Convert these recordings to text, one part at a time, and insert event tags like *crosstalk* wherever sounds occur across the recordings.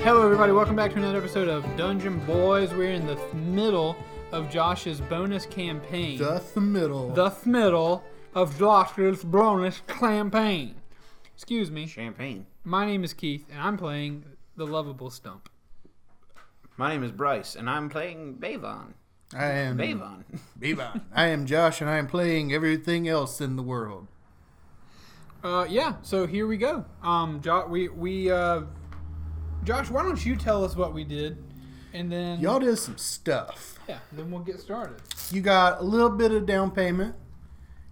Hello, everybody. Welcome back to another episode of Dungeon Boys. We're in the th- middle of Josh's bonus campaign, The th- middle. the th- middle of Josh's bonus campaign. Excuse me. Champagne. My name is Keith, and I'm playing the lovable Stump. My name is Bryce, and I'm playing Bavon. I Hmm. am Bavon. Bavon. I am Josh, and I am playing everything else in the world. Uh, yeah. So here we go. Um, Josh, we we uh, Josh, why don't you tell us what we did, and then Y'all did some stuff. yeah, then we'll get started. You got a little bit of down payment.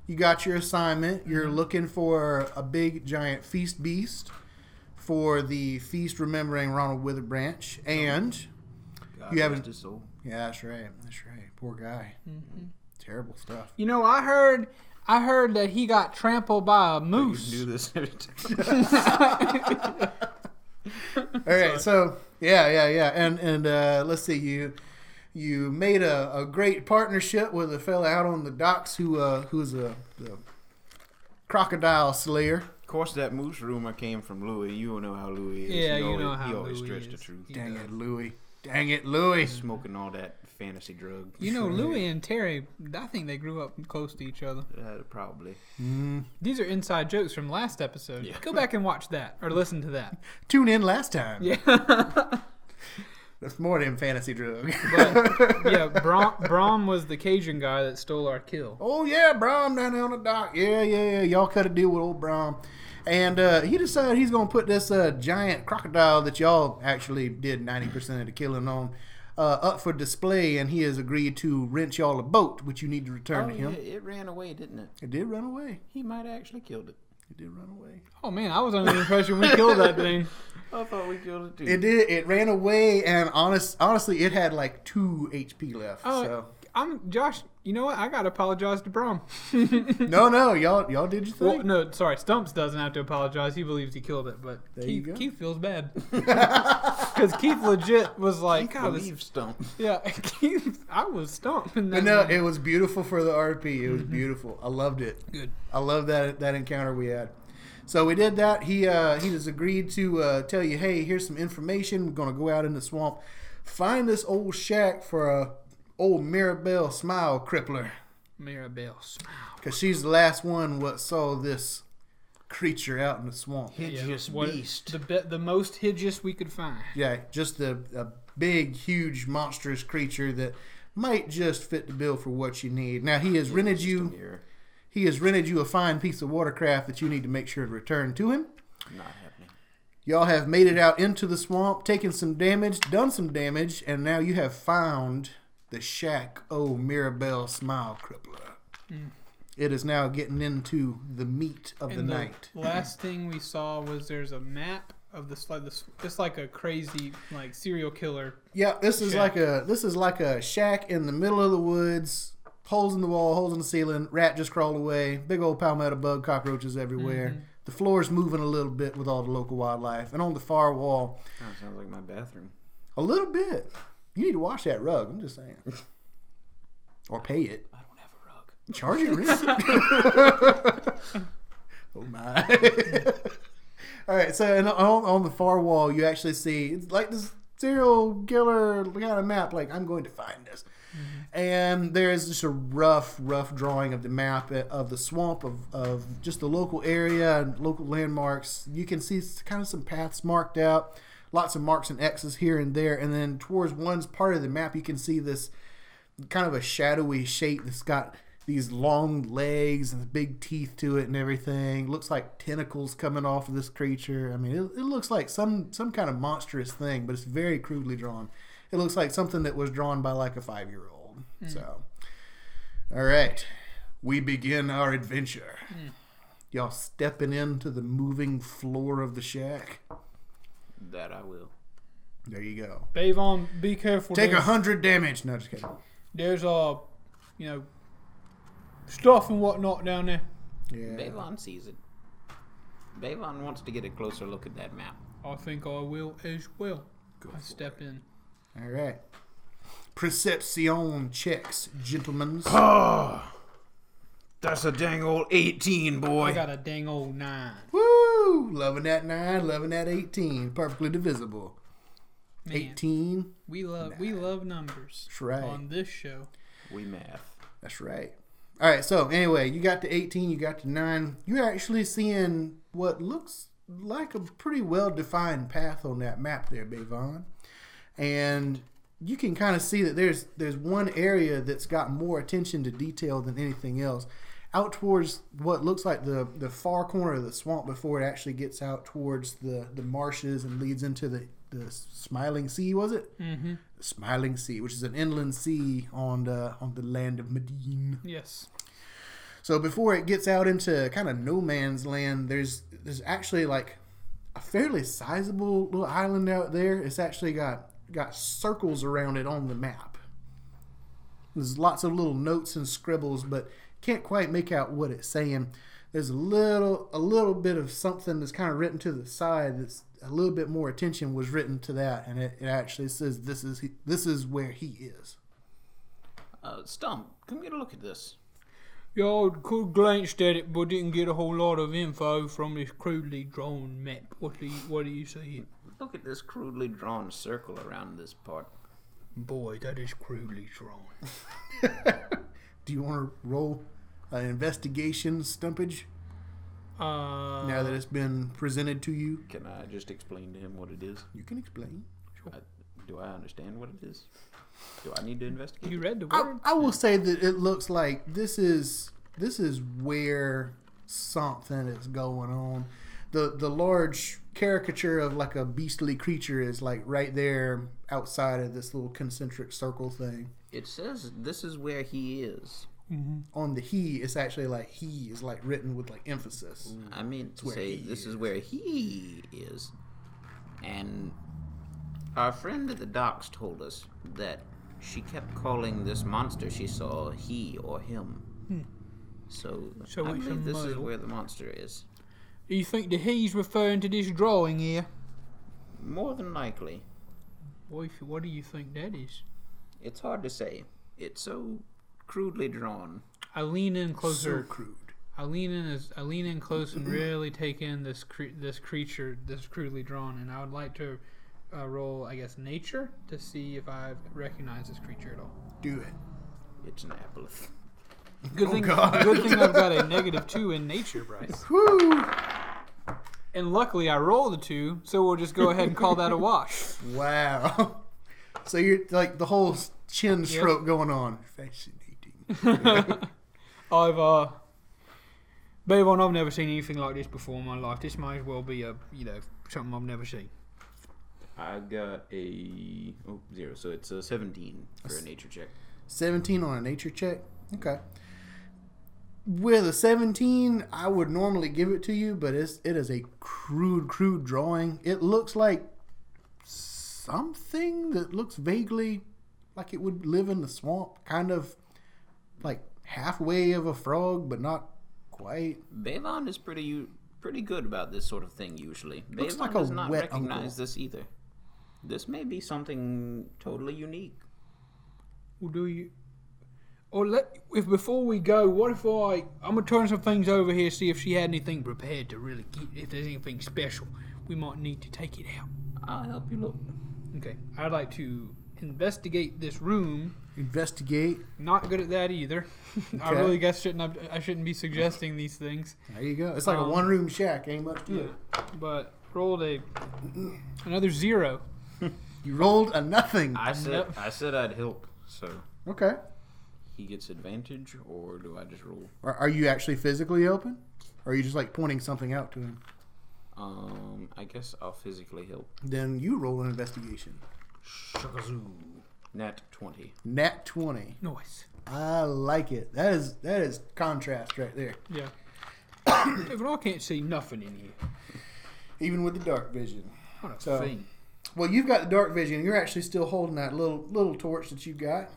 You got your assignment. You're looking for a big giant feast beast for the feast remembering Ronald Witherbranch, and *laughs* God You rest haven't- his soul. yeah, that's right. That's right. Poor guy. Terrible stuff. You know, I heard. I heard that he got trampled by a You moose. can do this every *laughs* time. All right, so yeah, yeah, yeah, and and uh, let's see, you you made a, a great partnership with a fella out on the docks who uh, who's a the crocodile slayer. Of course, that moose rumor came from Louis. You know how Louis is. Yeah, he you always, know how He always Louis stretched is. the truth. He- Dang it, Louis! Dang it, Louis! Smoking all that fantasy drug. You *laughs* *laughs* know, Louis and Terry, I think they grew up close to each other. Uh, probably. These are inside jokes from last episode. Yeah. Go back and watch that or listen to *laughs* that. Tune in last time. Yeah. That's more than fantasy drug. *laughs* But yeah, Brom, Brom was the Cajun guy that stole our kill. oh yeah, Brom down there on the dock. Yeah, yeah, yeah. Y'all cut a deal with old Brom. And uh, he decided he's gonna put this uh, giant crocodile that y'all actually did ninety percent of the killing on uh, up for display, and he has agreed to rent y'all a boat, which you need to return Oh, to yeah, him. it ran away, didn't it? It did run away. He might have actually killed it. It did run away. Oh man, I was under the impression we killed that thing. I thought we killed it too. It did. It ran away, and honest, honestly, it had like two HP left. Oh, *laughs* so I'm Josh. You know what? I gotta apologize to Brom. *laughs* no, no, y'all, y'all did your Well, thing. no, sorry, Stumps doesn't have to apologize. He believes he killed it, but There you Keith, go. Keith feels *laughs* bad *laughs* because Keith legit was like, I God, this- *laughs* believe Stump. yeah, Keith, I was stumped. in But that no, moment. it was beautiful for the RP. It was Mm-hmm. beautiful. I loved it. good. I love that that encounter we had. So we did that. He uh, he just agreed to uh, tell you, hey, here's some information. We're gonna go out in the swamp, find this old shack for a old Mirabelle Smile Crippler, Mirabelle smile. cause she's the last one what saw this creature out in the swamp. Hideous what- beast. The be- the most hideous we could find. Yeah, just a, a big, huge, monstrous creature that might just fit the bill for what you need. Now he has rented Just you. a mirror. He has rented you a fine piece of watercraft that you need to make sure to return to him. Not happening. Y'all have made it out into the swamp, taken some damage, done some damage, and now you have found the shack. Oh, Mirabelle Smile Crippler. It is now getting into the meat of the, And night. last thing we saw was there's a map of this like this it's like a crazy like serial killer. Yeah, this is Shack. like a this is like a shack in the middle of the woods. Holes in the wall, holes in the ceiling. Rat just crawled away. Big old palmetto bug, cockroaches everywhere. The floor's moving a little bit with all the local wildlife, and on the far wall, Oh, sounds like my bathroom. a little bit. You need to wash that rug. I'm just saying, or pay it. I don't have a rug. Charge your rent. *laughs* oh my. *laughs* All right, so and on, on the far wall, you actually see it's like this serial killer kind of map. Like I'm going to find this, and there is just a rough, rough drawing of the map uh, of the swamp of, of just the local area and local landmarks. You can see s- kind of some paths marked out, lots of marks and X's here and there, and then towards one part of the map, you can see this kind of a shadowy shape that's got these long legs and big teeth to it and everything. Looks like tentacles coming off of this creature. I mean, it, it looks like some some kind of monstrous thing, but it's very crudely drawn. It looks like something that was drawn by like a five year old. So, all right, we begin our adventure. Y'all stepping into the moving floor of the shack. That I will. There you go. Bavon, be careful. Take a there's, hundred damage. No, just kidding. There's uh, you know, stuff and whatnot down there. Yeah. Bavon sees it. Bavon wants to get a closer look at that map. I think I will as well. I step in. All right. Perception checks, gentlemen. Oh, that's a dang old 18, boy. I got a dang old nine. Woo! Loving that 9, loving that 18. Perfectly divisible. Man, 18. We love we love numbers That's right. on this show. We math. That's right. All right. So anyway, you got to 18. You got to nine. You're actually seeing what looks like a pretty well defined path on that map there, Bavon, and you can kind of see that there's there's one area that's got more attention to detail than anything else. Out towards what looks like the, the far corner of the swamp before it actually gets out towards the, the marshes and leads into the, the smiling sea, was it? Mm-hmm. Smiling Sea, which is an inland sea on the on the land of Medine. Yes. So before it gets out into kind of no man's land, there's there's actually like a fairly sizable little island out there. It's actually got got circles around it on the map. There's lots of little notes and scribbles, but can't quite make out what it's saying. There's a little a little bit of something that's kind of written to the side. That's a little bit more attention was written to that, and it, it actually says this is he, this is where he is. Uh, Stump, come get a look at this. Y'all could glanced at it, but didn't get a whole lot of info from this crudely drawn map. What do you, what do you see? Look at this crudely drawn circle around this part. Boy, that is crudely drawn. Do you want to roll an investigation stumpage? Uh, now that it's been presented to you, Can I just explain to him what it is? you can explain. I, do I understand what it is? Do I need to investigate? you read the I, word. I will say that it looks like this is this is where something is going on. The the large caricature of like a beastly creature is like right there outside of this little concentric circle thing. It says this is where he is. On the he, it's actually like he is like written with like emphasis. I meant to where say he this is. where he is. And our friend at the docks told us that she kept calling this monster she saw he or him. So, So I we believe should this is muddle. where the monster is. Do you think that he's referring to this drawing here? More than likely. Boy, if- what do you think that is? It's hard to say. It's so crudely drawn. I lean in So closer. crude. I lean in as I lean in close and really take in this cre- this creature, this crudely drawn, and I would like to uh, roll, I guess, nature to see if I recognize this creature at all. Do it. It's an apple. Good thing, God. good thing I've got a negative two in nature, Bryce. Woo! And luckily, I rolled a two, so we'll just go ahead and call that a wash. Wow. *laughs* So you're like the whole chin stroke going on. Fascinating. I've uh, Bavon, I've never seen anything like this before in my life. This might as well be a you know something I've never seen. I got a oh zero, so it's a seventeen for a nature check. 17 on a nature check. Okay. With a 17, I would normally give it to you, but it's it is a crude, crude drawing. It looks like something that looks vaguely like it would live in the swamp, kind of like halfway of a frog, but not quite. Bavon is pretty u- pretty good about this sort of thing usually. Looks Bavon like a does not wet recognize uncle. this either. This may be something totally unique. Well, do you? Or let if before we go, what if I I'm gonna turn some things over here, see if she had anything prepared to really get if there's anything special we might need to take it out. I'll help you look. Okay, I'd like to investigate this room. Investigate. Not good at that either. *laughs* I Okay. really guess shouldn't have, I shouldn't be suggesting these things. There you go. It's like Um, a one room shack. Ain't much to it. But rolled a another zero. You rolled a nothing. I said Nope. I said I'd help, so Okay. he gets advantage, or do I just roll? Are, are you actually physically open? Or are you just like pointing something out to him? Um, I guess I'll physically help. Then you roll an investigation. Shakazoo. Nat twenty. Nat 20. Noise. I like it. That is that is contrast right there. Yeah. *coughs* Even I can't see nothing in here. Even with the dark vision. What a So- thing. Well, you've got the dark vision. You're actually still holding that little little torch that you got.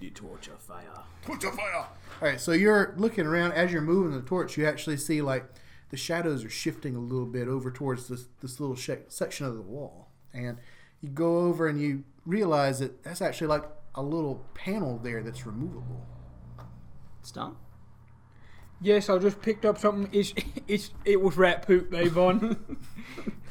You torture fire. Torch of fire. All right, so you're looking around as you're moving the torch. You actually see like the shadows are shifting a little bit over towards this this little sh- section of the wall, and you go over and you realize that that's actually like a little panel there that's removable. Stump. Yes, I just picked up *laughs* something. It's it's it was rat poop, Avon.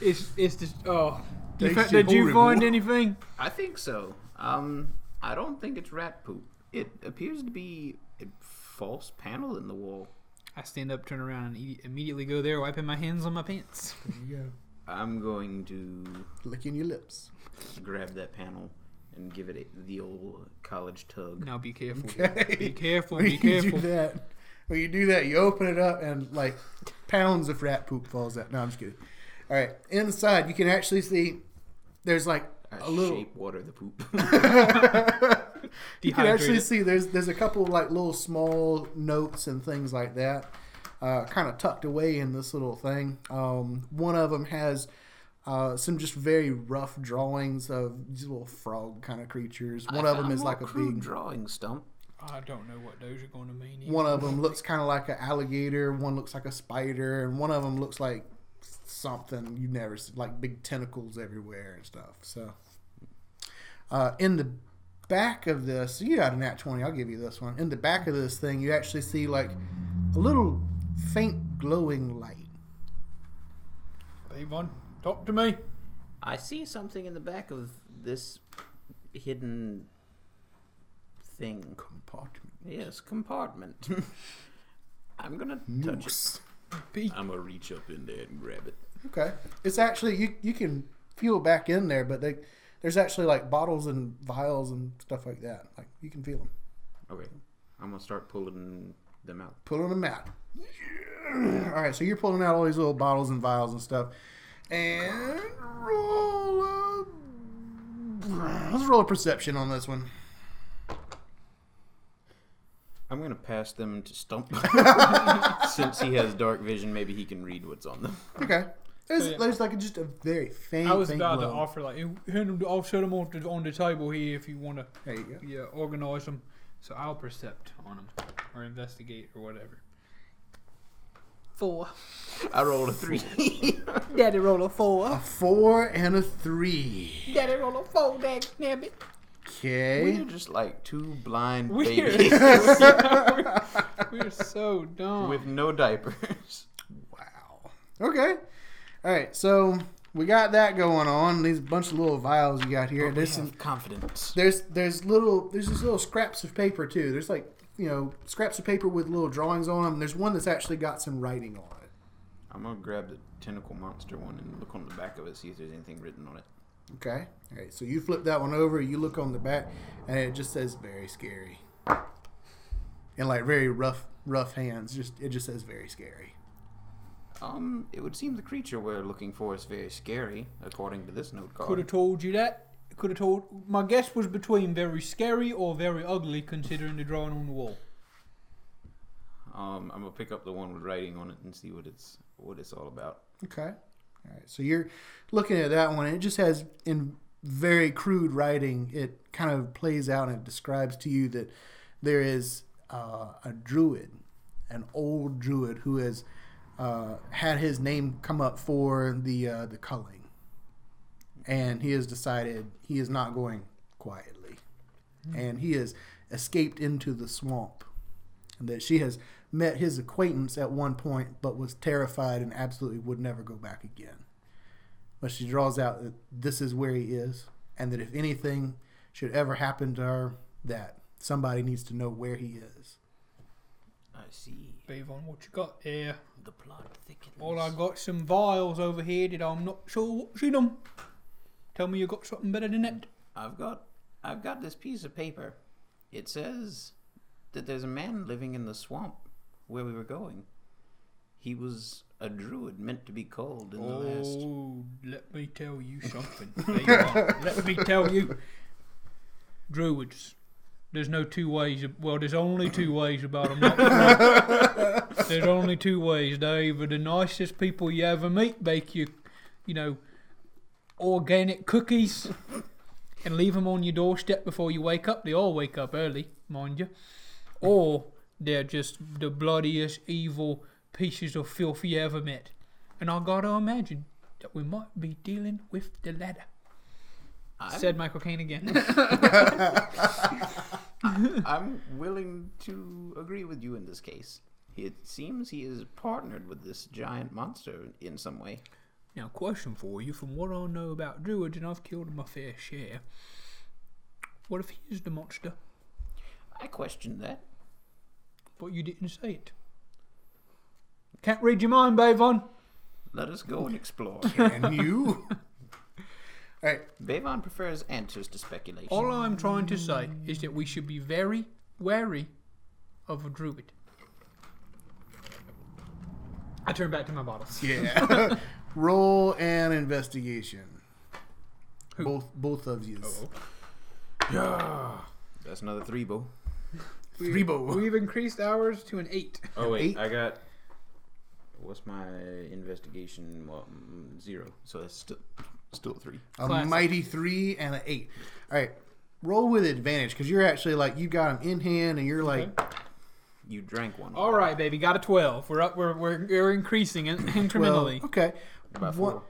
it's it's just oh In Takes fact, you did you horrible. find anything? I think so. Um, I don't think it's rat poop. It appears to be a false panel in the wall. I stand up, turn around, and e- immediately go there, wiping my hands on my pants. There you I'm going to go. Licking your lips. grab that panel and give it a, the old college tug. Now be careful. Okay. Be careful. When Be *laughs* you do careful. that, when you do that, you open it up and like pounds of rat poop falls out. No, I'm just kidding. All right, inside you can actually see there's like I a little. shape water the *laughs* poop. *laughs* You can actually Dehydrated. see there's there's a couple like little small notes and things like that, uh, kind of tucked away in this little thing. Um, one of them has. Uh, some just very rough drawings of these little frog kind of creatures. One of them I'm is all like a crude big drawing stump. I don't know what those are going to mean. either. One of them looks kind of like an alligator. One looks like a spider, and one of them looks like something you never see, like big tentacles everywhere and stuff. So, uh, in the back of this, you got a nat twenty. I'll give you this one. In the back of this thing, you actually see like a little faint glowing light. Avon, talk to me. I see something in the back of this hidden thing. Compartment. Yes, compartment. *laughs* I'm gonna touch it. Moose. Be- I'm gonna reach up in there and grab it. Okay, it's actually you. You can feel back in there, but they, there's actually like bottles and vials and stuff like that. Like you can feel them. Okay, I'm gonna start pulling them out. pulling them out. All right, so you're pulling out all these little bottles and vials and stuff, and roll a. Let's roll a perception on this one. I'm gonna pass them to Stump. Since he has dark vision, maybe he can read what's on them. Okay, there's, yeah. there's like just a very faint. I was faint about to glow. offer like hand them. I'll set them on the, on the table here if you want to. There you go. Yeah, organize them. So I'll percept on them or investigate or whatever. *laughs* Four. I rolled a three. Daddy roll a four. A four and a three. Daddy roll a four. Dad, damn it. We're Okay. just like two blind We're, babies we're, so dumb. with no diapers. Wow. Okay. All right, so we got that going on. These bunch of little vials you got Oh, here. We There's have some confidence. there's there's little there's these little scraps of paper too. There's like you know scraps of paper with little drawings on them. There's one that's actually got some writing on it. I'm gonna grab the tentacle monster one and look on the back of it, see if there's anything written on it. Okay, all right. So you flip that one over. You look on the back, and it just says "very scary," and like very rough rough hands. Just it just says "very scary." Um, it would seem the creature we're looking for is very scary, according to this note Could card. have told you that. Could have told. My guess was between very scary or very ugly, considering the drawing on the wall. Um, I'm gonna pick up the one with writing on it and see what it's what it's all about. Okay, all right. So you're looking at that one, and it just has in very crude writing. It kind of plays out and describes to you that there is uh, a druid, an old druid who has uh, had his name come up for the uh, the culling, and he has decided he is not going quietly, and he has escaped into the swamp. And that she has met his acquaintance at one point, but was terrified and absolutely would never go back again. But she draws out that this is where he is, and that if anything should ever happen to her, that somebody needs to know where he is. I see. Bavon, what you got there? The plot thickens. Well, I got some vials over here that I'm not sure what's in them. Tell me you got something better than that. I've got I've got this piece of paper. It says that there's a man living in the swamp where we were going. He was a druid meant to be called in the last. Oh, let me tell you *laughs* something. Bavon. let me tell you. Druids. There's no two ways. Well, there's only two ways about them. Not *laughs* one. there's only two ways. They're either the nicest people you ever meet, bake you, you know, organic cookies, and leave them on your doorstep before you wake up. They all wake up early, mind you. Or they're just the bloodiest, evil pieces of filth you ever met. And I gotta imagine that we might be dealing with the latter. I'm, Said Michael Caine again. *laughs* *laughs* I'm willing to agree with you in this case. It seems he is partnered with this giant monster in some way. Now, question for you from what I know about druids, and I've killed my fair share. What if he is the monster, I question that. but you didn't say it? Can't read your mind, Bavon. Let us go *laughs* and explore. And you? All right. Bavon prefers answers to speculation. All I'm trying to say is that we should be very wary of a druid. I turn back to my bottles. Yeah. *laughs* Roll an investigation. Who? Oh, Both both of you. That's another three, Bo. We, we've increased ours to an eight. Oh wait, Eight. I got. What's my investigation? Well, mm, zero. So that's still still a three. A Classic. mighty three and an eight. All right. Roll with advantage because you're actually like you got them in hand and you're like You drank one. All right, baby, got a twelve. We're up. We're we're, we're increasing in, *laughs* well incrementally. okay. By One, four.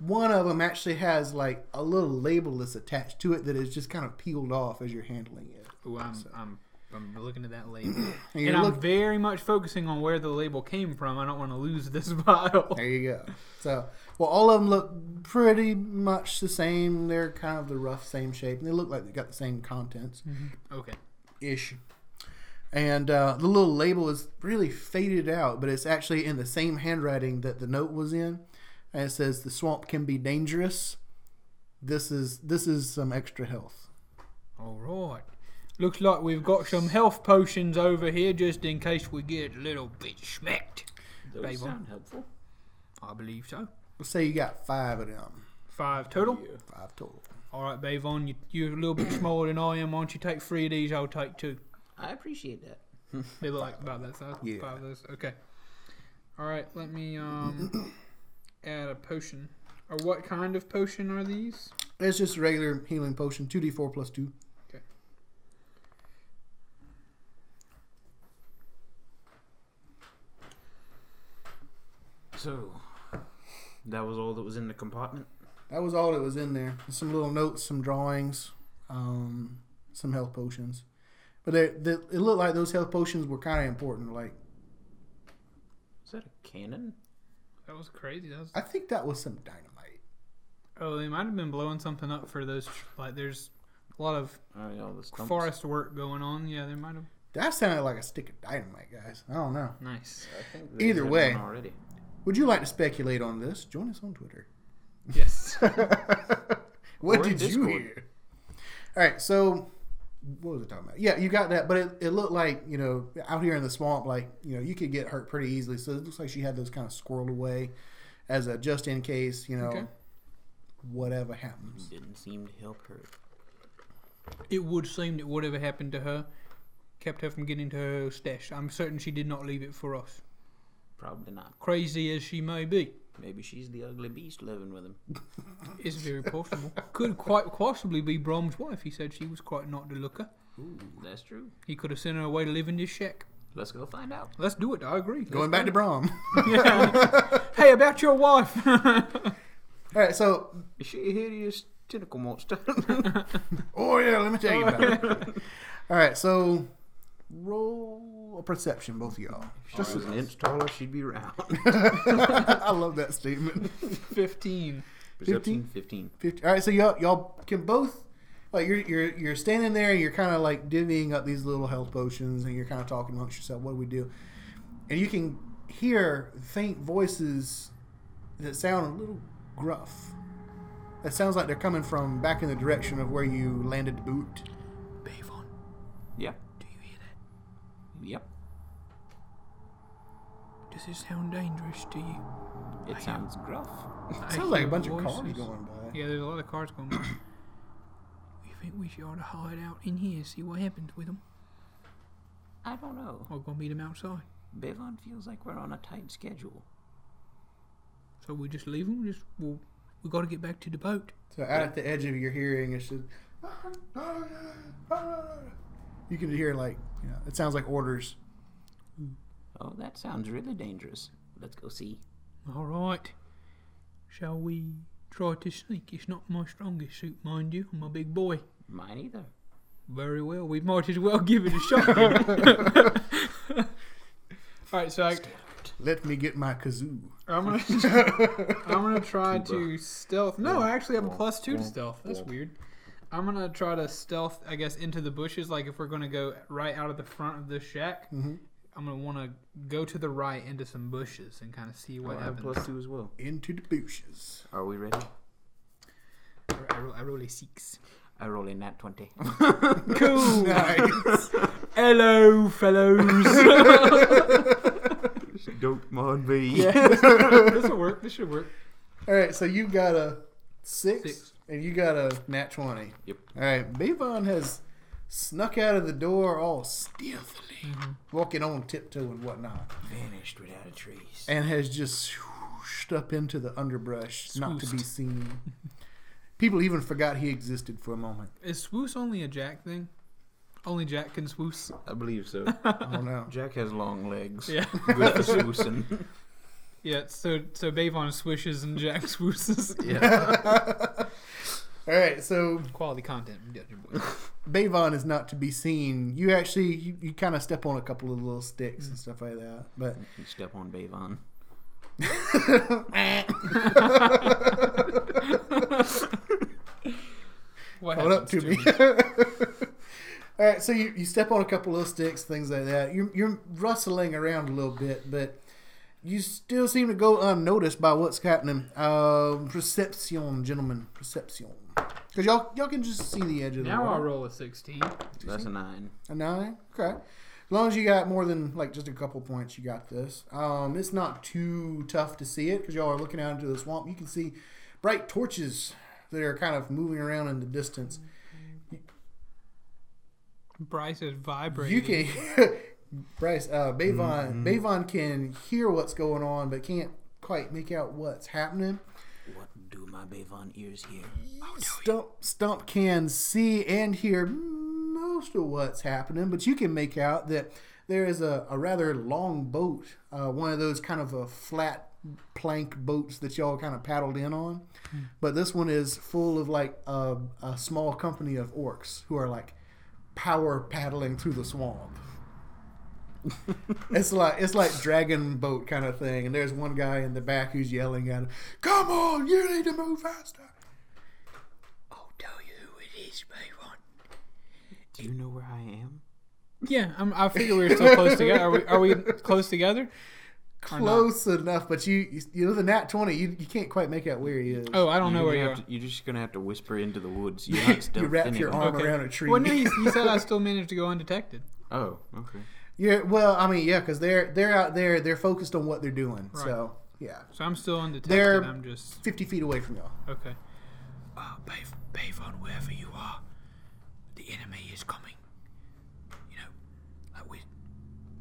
one of them actually has like a little label that's attached to it that is just kind of peeled off as you're handling it. Ooh, I'm, I'm I'm looking at that *clears throat* label, And and you I'm look- very much focusing on where the label came from. I don't want to lose this *laughs* bottle. There you go. So, well, all of them look pretty much the same. They're kind of the rough same shape, and they look like they got the same contents. Okay, ish. And uh, the little label is really faded out, but it's actually in the same handwriting that the note was in. And it says the swamp can be dangerous. This is this is some extra health. all right. Looks like we've got some health potions over here just in case we get a little bit smacked. Those Bavon. sound helpful. I believe so. Let's say you got five of them, Five total. Yeah. five total. All right, Bavon, you, you're a little bit *coughs* smaller than I am. Why don't you take three of these? I'll take two. I appreciate that. They look like about that size. Yeah. Five of those. Okay. All right. Let me um add a potion. Or what kind of potion are these? It's just a regular healing potion, two d four plus two. So, that was all that was in the compartment. That was all that was in there. Some little notes, some drawings, um, some health potions. But they, they, it looked like those health potions were kind of important. Like Is that a cannon? That was crazy. That was. I think that was some dynamite. Oh, they might have been blowing something up for those. tr- Like, there's a lot of All right, all the stumps. forest work going on. Yeah, they might have. That sounded like a stick of dynamite, guys. I don't know. Nice. I think they Either had way. one Already. Would you like to speculate on this? Join us on Twitter. Yes. *laughs* what Or in did you Discord. hear? All right, so what was I talking about? Yeah, you got that, but it, it looked like, you know, out here in the swamp, like, you know, you could get hurt pretty easily. So it looks like she had those kind of squirreled away as a just in case, you know, Okay. whatever happens. Didn't seem to help her. it would seem that whatever happened to her kept her from getting to her stash. I'm certain she did not leave it for us. Probably not. Crazy as she may be, Maybe she's the ugly beast living with him. it's very possible. Could quite possibly be Brom's wife. He said she was quite not the looker. That's true. He could have sent her away to live in this shack. Let's go find out. Let's do it. I agree. Going back to Brom. *laughs* Hey, about your wife. *laughs* All right, so Is she a hideous tentacle *laughs* monster? Oh yeah, let me tell you about it. *laughs* All right, so roll a perception, both of y'all. Just an inch taller, she'd be *laughs* round. *laughs* I love that statement. Fifteen. Perception 15. 50, all right, so y'all y'all can both like you're you're you're standing there and you're kind of like divvying up these little health potions and you're kind of talking amongst yourself. What do we do? And you can hear faint voices that sound a little gruff. That sounds like they're coming from back in the direction of where you landed the boot. Bavon, Yeah. do you hear that? Yep. Does it sound dangerous to you? It sounds gruff. I Sounds like a hear bunch of voices. cars going by. Yeah, there's a lot of cars going. by. you think we should ought to hide out in here, see what happens with them, I don't know. or go meet them outside? Bevon feels like we're on a tight schedule. So we just leave them. Just well, we got to get back to the boat. So out at the edge of your hearing, it's just. "Ah, You can hear like you know, it sounds like orders. Oh, that sounds really dangerous. Let's go see. All right. Shall we try to sneak? It's not my strongest suit, mind you. I'm a big boy. Mine either. Very well. We might as well give it a shot. All right, so I, Let me get my kazoo. I'm gonna, *laughs* I'm gonna try to stealth. No, I actually have a plus two to stealth. That's weird. I'm gonna try to stealth, I guess, into the bushes. Like if we're gonna go right out of the front of this shack, Mm-hmm. I'm gonna want to go to the right into some bushes and kind of see what I have happens. plus two as well. Into the *laughs* bushes. Are we ready? I, I roll, I roll a six. I roll in that 20. Cool. *laughs* Nice. Hello, fellows. *laughs* Don't mind *laughs* me. this will work. This should work. All right, so you got a six, Six. and you got a nat 20. Yep. All right, Bevon has snuck out of the door all stealthily, Mm-hmm. walking on tiptoe and whatnot, Vanished without a trace. and has just swooshed up into the underbrush, not to be *laughs* seen. People even forgot he existed for a moment. Is swoos only a Jack thing? Only Jack can swoos. I believe so. Oh no. *laughs* Jack has long legs. Yeah. *laughs* Good *laughs* for swoosing. Yeah. So so Bavon swishes and *laughs* Jack swooses. Yeah. *laughs* All right, so Quality content. from Dutch Boy. Bavon is not to be seen. You actually, you, you kind of step on a couple of little sticks Mm. and stuff like that. But You step on Bavon. What Hold up happens to me. *laughs* All right, so you, you step on a couple of sticks, things like that. You're, you're rustling around a little bit, but you still seem to go unnoticed by what's happening. Um, perception, gentlemen, perception. Because y'all, y'all can just see the edge of the Now I water. roll a sixteen. That's a nine. A nine? Okay. As long as you got more than like just a couple points, you got this. Um, it's not too tough to see it because y'all are looking out into the swamp. You can see bright torches that are kind of moving around in the distance. Bryce is vibrating. You can, *laughs* Bryce, uh, Bavon, Bavon can hear what's going on, but can't quite make out what's happening. What do my Bavon ears hear? Stump, Stump can see and hear most of what's happening, but you can make out that there is a, a rather long boat, uh, one of those kind of a flat plank boats that y'all kind of paddled in on. But this one is full of like a, a small company of orcs who are like power paddling through the swamp. It's like it's like dragon boat kind of thing, and there's one guy in the back who's yelling at him, "Come on, you need to move faster!" I'll tell you who it is, Bavon. Do you know where I am? Yeah, I'm, I figure we're so close together. Are we, are we close together? Or not? close enough, but you you- you know the nat twenty, you, you can't quite make out where he is. Oh, I don't know where you you're, are. gonna have to- you're just gonna have to whisper into the woods. You're *laughs* not you stealthed wrap your anyway. arm around a tree. Well, no, he, he said I still managed to go undetected. Oh, okay. *laughs* yeah, well, I mean, yeah, because they're they're out there, they're focused on what they're doing. So yeah, So I'm still undetected. They're- I'm just fifty feet away from y'all. okay. Uh, Bav- Bavon, wherever you are, the enemy is coming. You know, like we,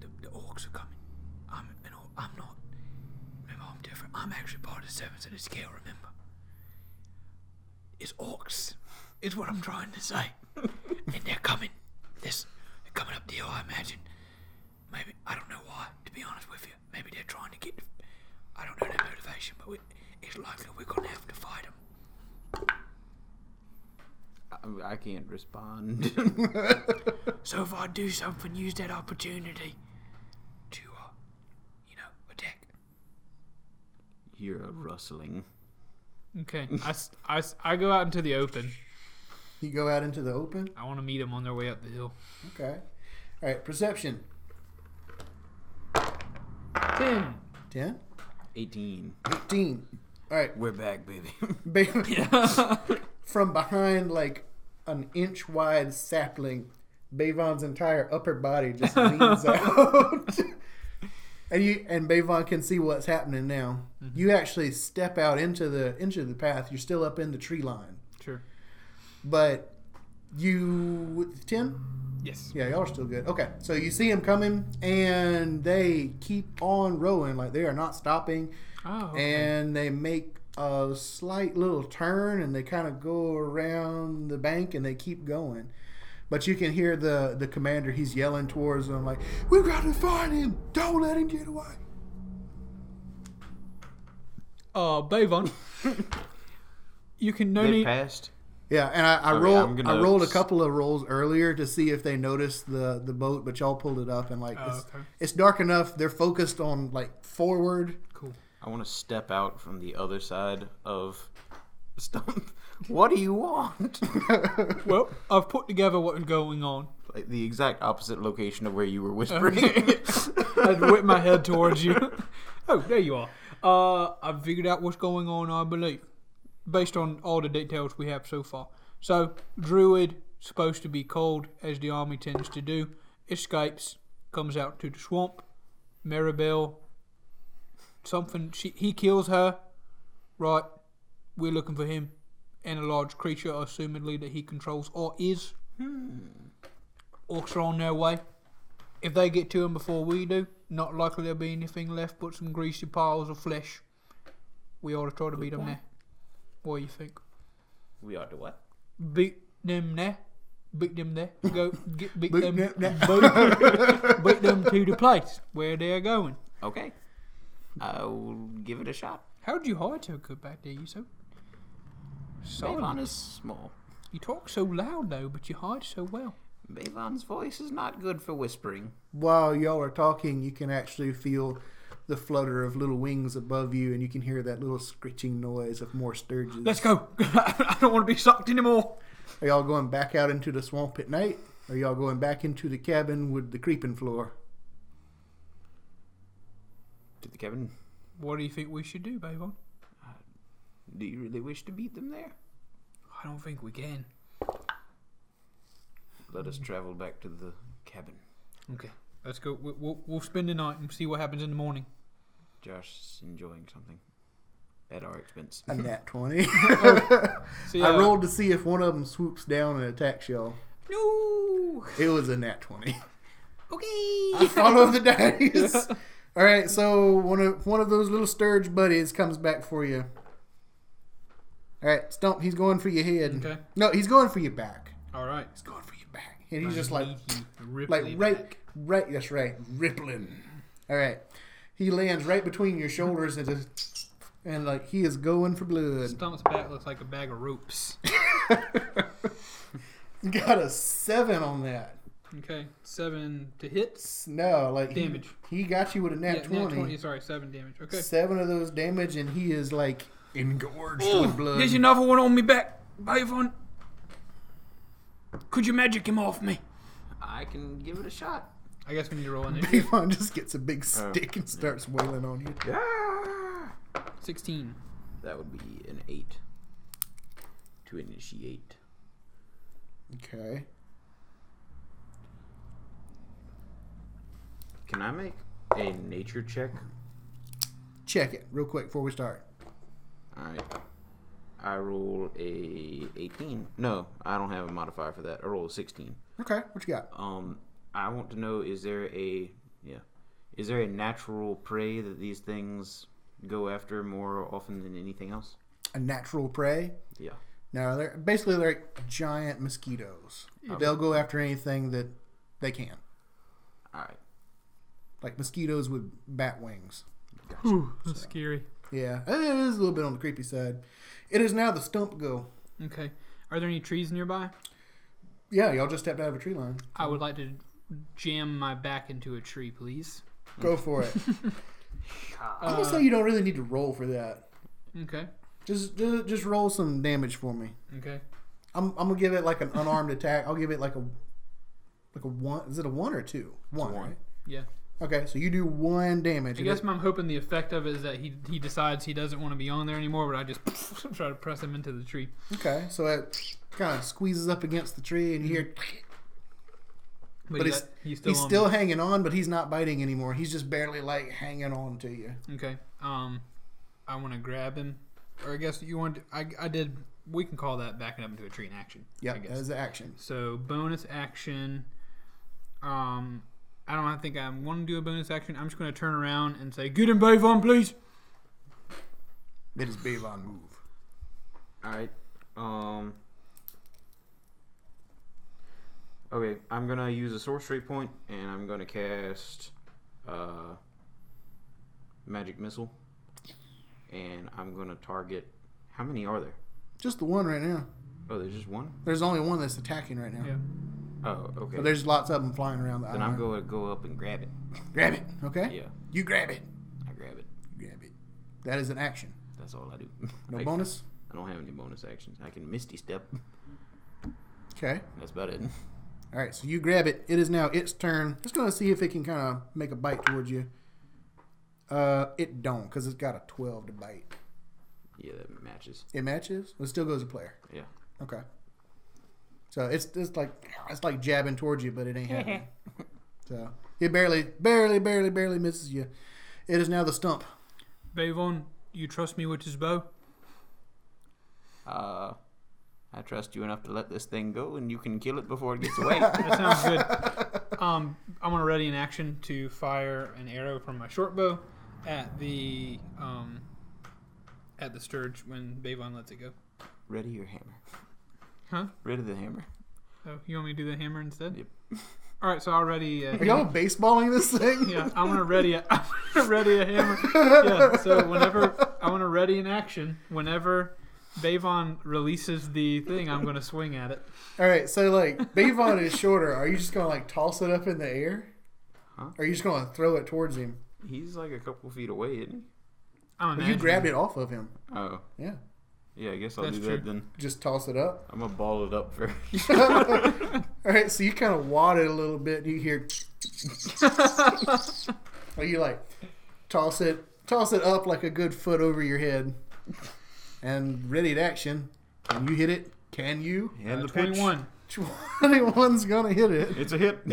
the, the orcs are coming. I'm an orc. I'm not. Remember, I'm different. I'm actually part of the Servants of the Scale. Remember, it's orcs. Is what I'm trying to say. and they're coming. This, they're coming up the hill. I imagine. Maybe I don't know why. To be honest with you, maybe they're trying to get. I don't know their motivation, but we, it's likely we're gonna have to fight them. I, I can't respond. *laughs* So if I do something, use that opportunity to, uh, you know, attack. You're a rustling. Okay, I, s- I s- I go out into the open. You go out into the open. I want to meet them on their way up the hill. Okay, all right, perception Ten. 10, 18. 15. All right, *laughs* We're back, *laughs* baby. Ba- from behind like an inch wide sapling, Bavon's entire upper body just leans out. and you and Bavon can see what's happening now. You actually step out into the into the path. You're still up in the tree line. Sure. But you with ten? Yes. Yeah, y'all are still good. Okay, so you see him coming, and they keep on rowing like they are not stopping Oh. and they make a slight little turn and they kind of go around the bank and they keep going but you can hear the the commander he's yelling towards them like we got to find him don't let him get away Uh, Bavon. you can no they need. passed. Yeah, and I, I Okay, I'm rolled gonna I rolled a s- couple of rolls earlier to see if they noticed the the boat, but y'all pulled it up and like Oh, it's, okay. it's dark enough. They're focused on like forward. Cool. I want to step out from the other side of Stump. *laughs* What do you want? Well, I've put together what was going on. like the exact opposite location of where you were whispering. I'd whip my head towards you. *laughs* oh, there you are. Uh, I've figured out what's going on, I believe, based on all the details we have so far. So, Druid, supposed to be cold, as the army tends to do, escapes, comes out to the swamp. Maribel, something, she, he kills her. Right, we're looking for him and a large creature, assumedly, that he controls or is. Orcs are on their way. If they get to him before we do, not likely there'll be anything left but some greasy piles of flesh. We ought to try to beat them there. What do you think? we ought to what? Beat them there. Beat them there. *laughs* Go get, beat, Boop, them. nip, nip. *laughs* Beat, beat them to the place where they're going. Okay. I will give it a shot. How'd you hide so good back there? You so Bavon silent. is small. You talk so loud though, but you hide so well. Bavon's voice is not good for whispering. While y'all are talking, you can actually feel the flutter of little wings above you, and you can hear that little screeching noise of more sturges. Let's go. *laughs* I don't want to be sucked anymore. Are y'all going back out into the swamp at night? Are y'all going back into the cabin with the creeping floor? To the cabin. What do you think we should do, Bavon? Do you really wish to beat them there? I don't think we can. Let us travel back to the cabin. Okay, let's go. We'll, we'll, we'll spend the night and see what happens in the morning. Josh is enjoying something at our expense. *laughs* A nat twenty. Oh, *laughs* See uh, I rolled to see if one of them swoops down and attacks y'all. No. It was a nat twenty. *laughs* Okay. I follow the *laughs* dice. All right, so one of one of those little sturge buddies comes back for you. All right, Stump, he's going for your head. Okay. No, he's going for your back. All right. He's going for your back, and he's just like, Rip like it right, back. right. That's right, rippling. All right, he lands right between your shoulders and just, and like he is going for blood. *laughs* Stump's back looks like a bag of ropes. Got a seven on that. Okay, seven to hit. No, like he- Damage. He, got you with a Yeah, nat nat 20. Sorry, seven damage. Okay. Seven of those damage, and he is like engorged Oh, with blood. There's another one on me back, Bavon. Could you magic him off me? I can give it a shot. I guess we need to *laughs* roll on it. Bavon just gets a big stick and starts wailing on you. Sixteen. That would be an eight to initiate. Okay. Can I make a nature check? Check it real quick before we start. Alright. I roll a 18. No, I don't have a modifier for that. I roll a 16. Okay, what you got? Um, I want to know is there a yeah, is there a natural prey that these things go after more often than anything else? A natural prey? Yeah. No, they're basically they're like giant mosquitoes. They'll go after anything that they can, All right. like mosquitoes with bat wings. Ooh, that's scary. Yeah, it is a little bit on the creepy side. It is now the stump go. Okay. Are there any trees nearby? Yeah, y'all just stepped out of a tree line. I would like to jam my back into a tree, please. Go Mm. for *laughs* it. I'm gonna Uh, say you don't really need to roll for that. Okay. Just, just, just roll some damage for me. Okay. I'm, I'm gonna give it like an unarmed attack. I'll give it like a, like a one. Is it a one or two? One. one. right? Yeah. Okay, so you do one damage. I guess I'm hoping the effect of it is that he he decides he doesn't want to be on there anymore, but I just *laughs* try to press him into the tree. okay, so it kind of squeezes up against the tree, and you hear But, But he's, he's- Mm-hmm. he's still he's on. still hanging on, but he's not biting anymore. He's just barely like hanging on to you. okay. Um, I want to grab him, or I guess you want. To, I I did. We can call that backing up into a tree in action. Yeah, I that guess. is the action. So bonus action. Um, I don't think I want to do a bonus action. I'm just going to turn around and say, "Good and Bavon, please." That is Bavon move. All right. Um. Okay, I'm gonna use a sorcery point, and I'm gonna cast, uh, magic missile, and I'm gonna target. How many are there? Just the one right now. Oh, there's just one. There's only one that's attacking right now. Yeah. Oh, okay. But there's lots of them flying around the then I'm island. going to go up and grab it. grab it. Okay. Yeah, You grab it. I grab it. You grab it. That is an action. That's all I do. No *laughs* I- bonus. I don't have any bonus actions. I can Misty Step. Okay. That's about *laughs* it. All right. So you grab it. It is now its turn. It's going to see if it can kind of make a bite towards you. Uh, it don't because it's got a twelve to bite. Yeah, that matches. It matches. It still goes to player. Yeah. Okay. So it's it's like it's like jabbing towards you, but it ain't happening. so it barely, barely, barely, barely misses you. It is now the stump. Bavon, do you trust me with this bow? Uh, I trust you enough to let this thing go, and you can kill it before it gets *laughs* away. That sounds good. um, I'm gonna ready an action to fire an arrow from my short bow at the um, at the Sturge when Bavon lets it go. Ready your hammer. Huh? Ready the hammer. Oh, you want me to do the hammer instead? Yep. *laughs* All right, so I'll ready. Uh, Are y'all baseballing *laughs* this thing? *laughs* yeah, I'm gonna ready. A, *laughs* I'm gonna ready *laughs* a hammer. Yeah. So whenever I'm gonna ready an action, whenever Bavon releases the thing, I'm gonna swing at it. All right. So like, Bavon is shorter. Are you just gonna like toss it up in the air? Huh? Or are you just gonna throw it towards him? He's like a couple feet away, isn't I'm Well, you imagining- grabbed it off of him. he? Oh, Yeah. yeah. I guess I'll That's do that true. then. Just toss it up. I'm gonna ball it up first. All right. So you kind of wad it a little bit. And you *laughs* hear. Or you like toss it, toss it up like a good foot over your head, and ready to action. Can you hit it? Can you? *laughs* and Uh, the pitch. 21. Twenty-one's gonna hit it. It's a hit.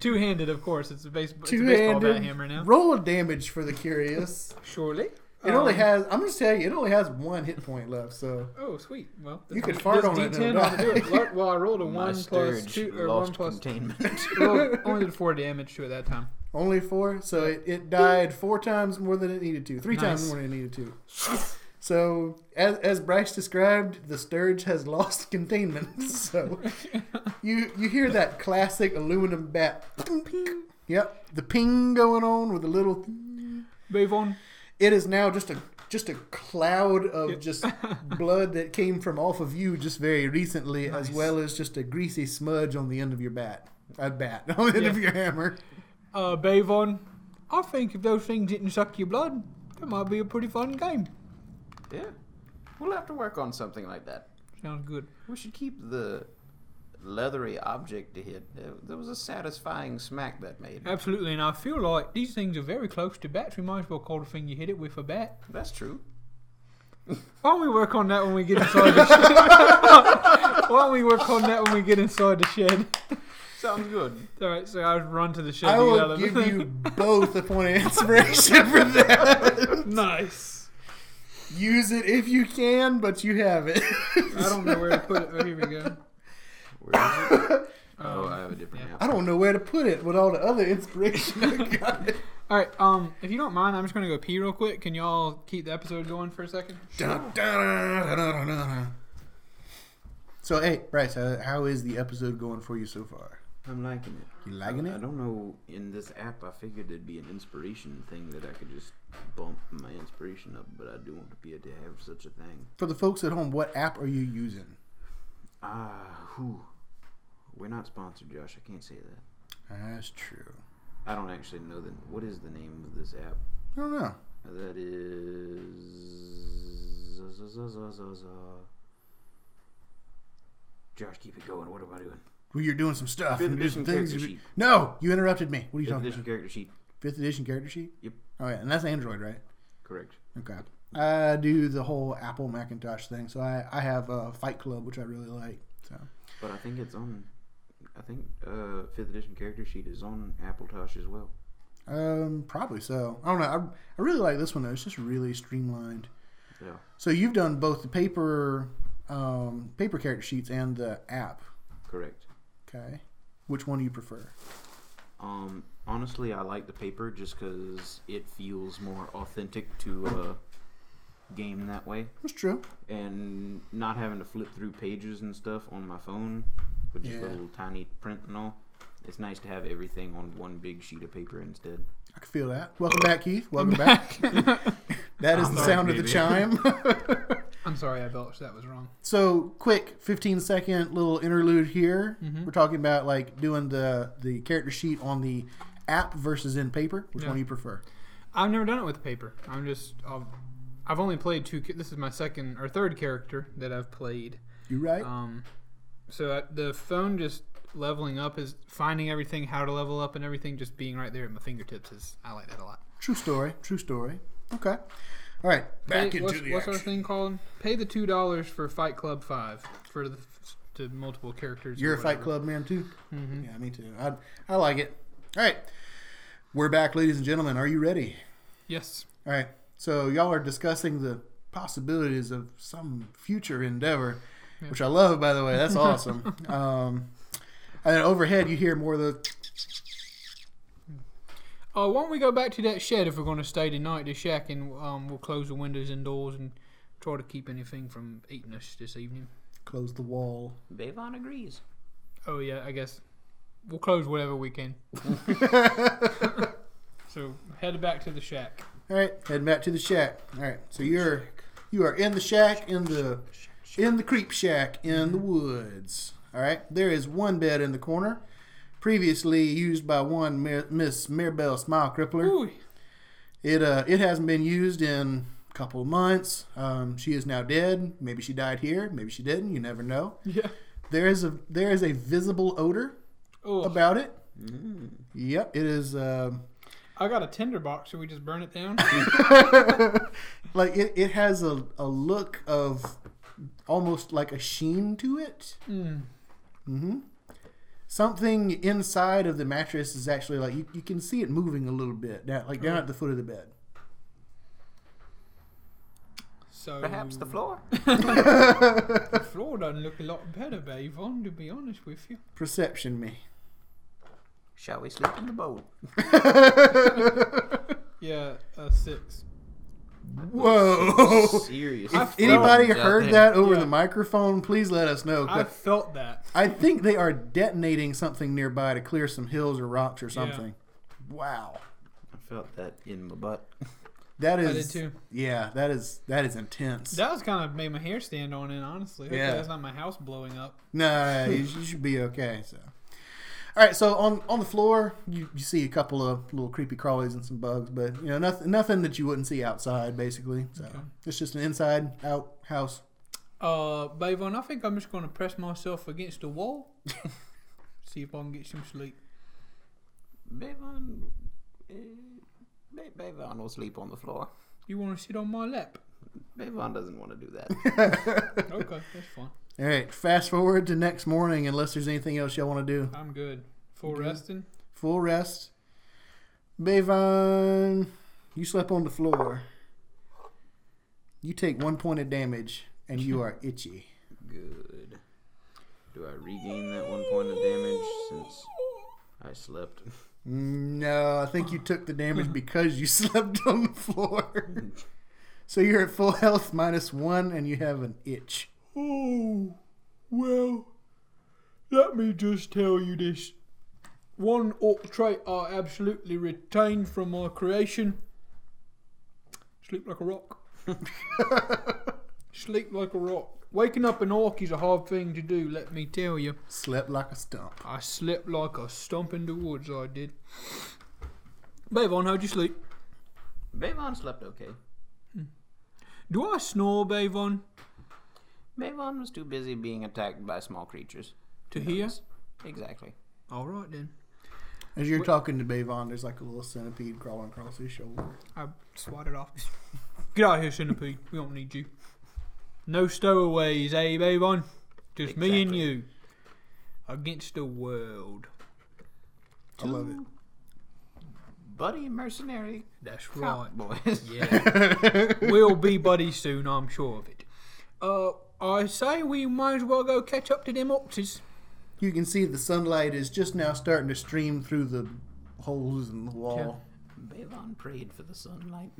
Two-handed, of course. It's a baseball, it's a baseball bat Two-handed. hammer now. Roll damage for the curious. Surely. It only Um, has. I'm just telling you, it only has one hit point left. So Oh, sweet. Well, You that's- could fart this on it and D10 it'll ought to do die. *laughs* it. Lo- Well, I rolled a My one plus Sturge two or one lost plus. containment. well, only did four damage to it that time. only four. So it, it died four times more than it needed to. Three times Nice. more than it needed to. So as as Bryce described, the Sturge has lost *laughs* containment. So you you hear that classic aluminum bat. Yep, the ping going on with a little. Bavon, It is now just a just a cloud of Yep. just blood that came from off of you just very recently, as Nice. well as just a greasy smudge on the end of your bat. A bat *laughs* on the end of Yeah. your hammer. uh, Bavon, I think if those things didn't suck your blood, that might be a pretty fun game. *laughs* yeah. We'll have to work on something like that. Sounds good. We should keep the leathery object to hit. There- There was a satisfying smack that made. Absolutely, and I feel like these things are very close to bats. We might as well call the thing you hit it with a bat. That's true. Why don't we work on that when we get inside the shed? *laughs* Why don't we work on that when we get inside the shed? *laughs* Sounds good. All right, so I run to the shed. I to will yell at give *laughs* them. you both a point of inspiration for that. *laughs* nice. Use it if you can, but you have it. I don't know where to put it. Oh, here we go. Where is it? *laughs* oh, I have a different yeah. app. I don't know where to put it with all the other inspiration I got. All right. Um, if you don't mind, I'm just gonna go pee real quick. Can y'all keep the episode going for a second? Dun, dun, dun, dun, dun, dun. *laughs* So, hey, Bryce, uh, how is the episode going for you so far? I'm liking it. You liking I it? don't know. In this app, I figured it'd be an inspiration thing that I could just bump my inspiration up, but I do want to be able to have such a thing. For the folks at home, what app are you using? Ah, whew. We're not sponsored, Josh. I can't say that. That's true. I don't actually know the What is the name of this app? I don't know. That is. Josh, keep it going. What am I doing? Well, you're doing some stuff. Fifth and you're doing edition character things you- sheet. No, you interrupted me. What are you Fifth talking edition character sheet. about? Fifth edition character sheet? Yep. Oh, yeah, and that's Android, right? Correct. Okay. I do the whole Apple Macintosh thing, so I, I have uh, Fight Club, which I really like. So But I think it's on. I think uh, fifth edition character sheet is on Appletosh as well. um, probably so. I don't know. I, I really like this one though. It's just really streamlined. Yeah. So you've done both the paper um, paper character sheets and the app. Correct. Okay. Which one do you prefer? Um, honestly, I like the paper just because it feels more authentic to a game that way, That's true. and not having to flip through pages and stuff on my phone with just Yeah. little tiny print and all. It's nice to have everything on one big sheet of paper instead. I can feel *laughs* that. Welcome back, Keith. Welcome back. that is I'm the back, sound of the baby. chime. I'm sorry, I belched. That was wrong. So quick, fifteen second little interlude here. Mm-hmm. We're talking about like doing the the character sheet on the app versus in paper. Which Yeah. one do you prefer? I've never done it with paper. I'm just. I've, I've only played two. ca- This is my second or third character that I've played. You right? Um, so I, the phone just leveling up is finding everything, how to level up, and everything just being right there at my fingertips is. I like that a lot. true story. True story. Okay. All right. Back Hey, into what's, the what's action. our thing called? Pay the two dollars for Fight Club Five for the to multiple characters. or You're a Fight whatever. Club man too. Mm-hmm. Yeah, me too. I I like it. All right. We're back, ladies and gentlemen. Are you ready? Yes. All right. So y'all are discussing the possibilities of some future endeavor, which I love, by the way. That's awesome. um, and then overhead, you hear more of the. Oh, why don't we go back to that shed if we're going to stay tonight, the shack, and um, we'll close the windows and doors and try to keep anything from eating us this evening. Close the wall. Bavon agrees. Oh yeah, I guess we'll close whatever we *laughs* can. so headed back to the shack. All right, heading back to the shack. All right, so you're you are in the shack in the in the creep shack in the woods. All right, there is one bed in the corner, previously used by one Mir- Miss Mirabelle Smile Crippler. Ooh, It uh it hasn't been used in a couple of months. Um, she is now dead. Maybe she died here. Maybe she didn't. You never know. yeah. There is a there is a visible odor Oh, about it. Mm. Yep, it is. um I got a tinder box. Should we just burn it down? like it, it has a, a look of almost like a sheen to it mm. hmm something inside of the mattress is actually like you, you can see it moving a little bit down, like down at the foot of the bed Oh. so Perhaps the floor? the floor doesn't look a lot better, Bavon. To be honest with you. perception me Shall we sleep in *laughs* the boat? Yeah, a six. whoa Serious. I've- Oh. anybody Yeah, heard thank- that over yeah. the microphone please let us know 'cause I felt that. I think they are detonating something nearby to clear some hills or rocks or something wow I felt that in my butt. that is did too. yeah that is that is intense That was kind of made my hair stand on end, honestly. Hopefully Yeah. that's not my house blowing up. *laughs* No, you, you should be okay. So, all right. So on on the floor, you, you see a couple of little creepy crawlies and some bugs, but you know nothing nothing that you wouldn't see outside. Basically, so it's just an inside out house. Uh, Bavon, I think I'm just going to press myself against the *laughs* wall. See if I can get some sleep. Bavon. Uh, Ba- Bavon will sleep on the floor. You want to sit on my lap? Bavon doesn't want to do that. *laughs* *laughs* Okay, that's fine. All right. Fast forward to next morning, unless there's anything else y'all want to do. I'm good. Full resting. Full rest. Bavon, you slept on the floor. You take one point of damage, and you are itchy. Good. Do I regain that one point of damage since I slept? No, I think you took the damage because you *laughs* slept on the floor. so you're at full health minus one, and you have an itch. Oh, well, let me just tell you this. One orc trait I absolutely retained from my creation sleep like a rock. *laughs* sleep like a rock. Waking up an orc is a hard thing to do, let me tell you. Slept like a stump. I slept like a stump in the woods, I did. Bavon, how'd you sleep? Bavon slept okay. Do I snore, Bavon, Bavon was too busy being attacked by small creatures. to uh? hear? Exactly. Alright then. As you're talking to Bavon, there's like a little centipede crawling across his shoulder. I swatted off. *laughs* Get out of here, Centipede. We don't need you. No stowaways, eh, Bavon? Just me and Exactly. you. Against the world. I love it. Buddy mercenary That's right. cop boys. *laughs* Yeah. we'll be buddies soon, I'm sure of it. Uh, I say we might as well go catch up to them oxes. You can see the sunlight is just now starting to stream through the holes in the wall. Bavon prayed for the sunlight.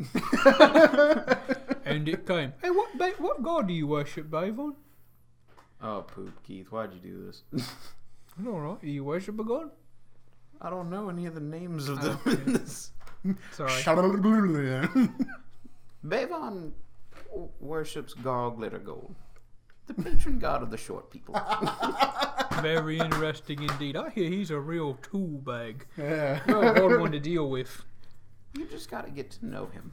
*laughs* And it came. Hey, what ba- what god do you worship, Bavon? Oh poop, Keith! Why'd you do *laughs* this? All right, do you worship a god? I don't know any of the names of Oh, them. in this. Sorry. Shalalalalala. Bavon w- worships Gall Glitter Gold, the patron god of the short people. *laughs* Very interesting indeed. I hear he's a real tool bag. Yeah. You're a hard one to deal with. you just gotta get to know him.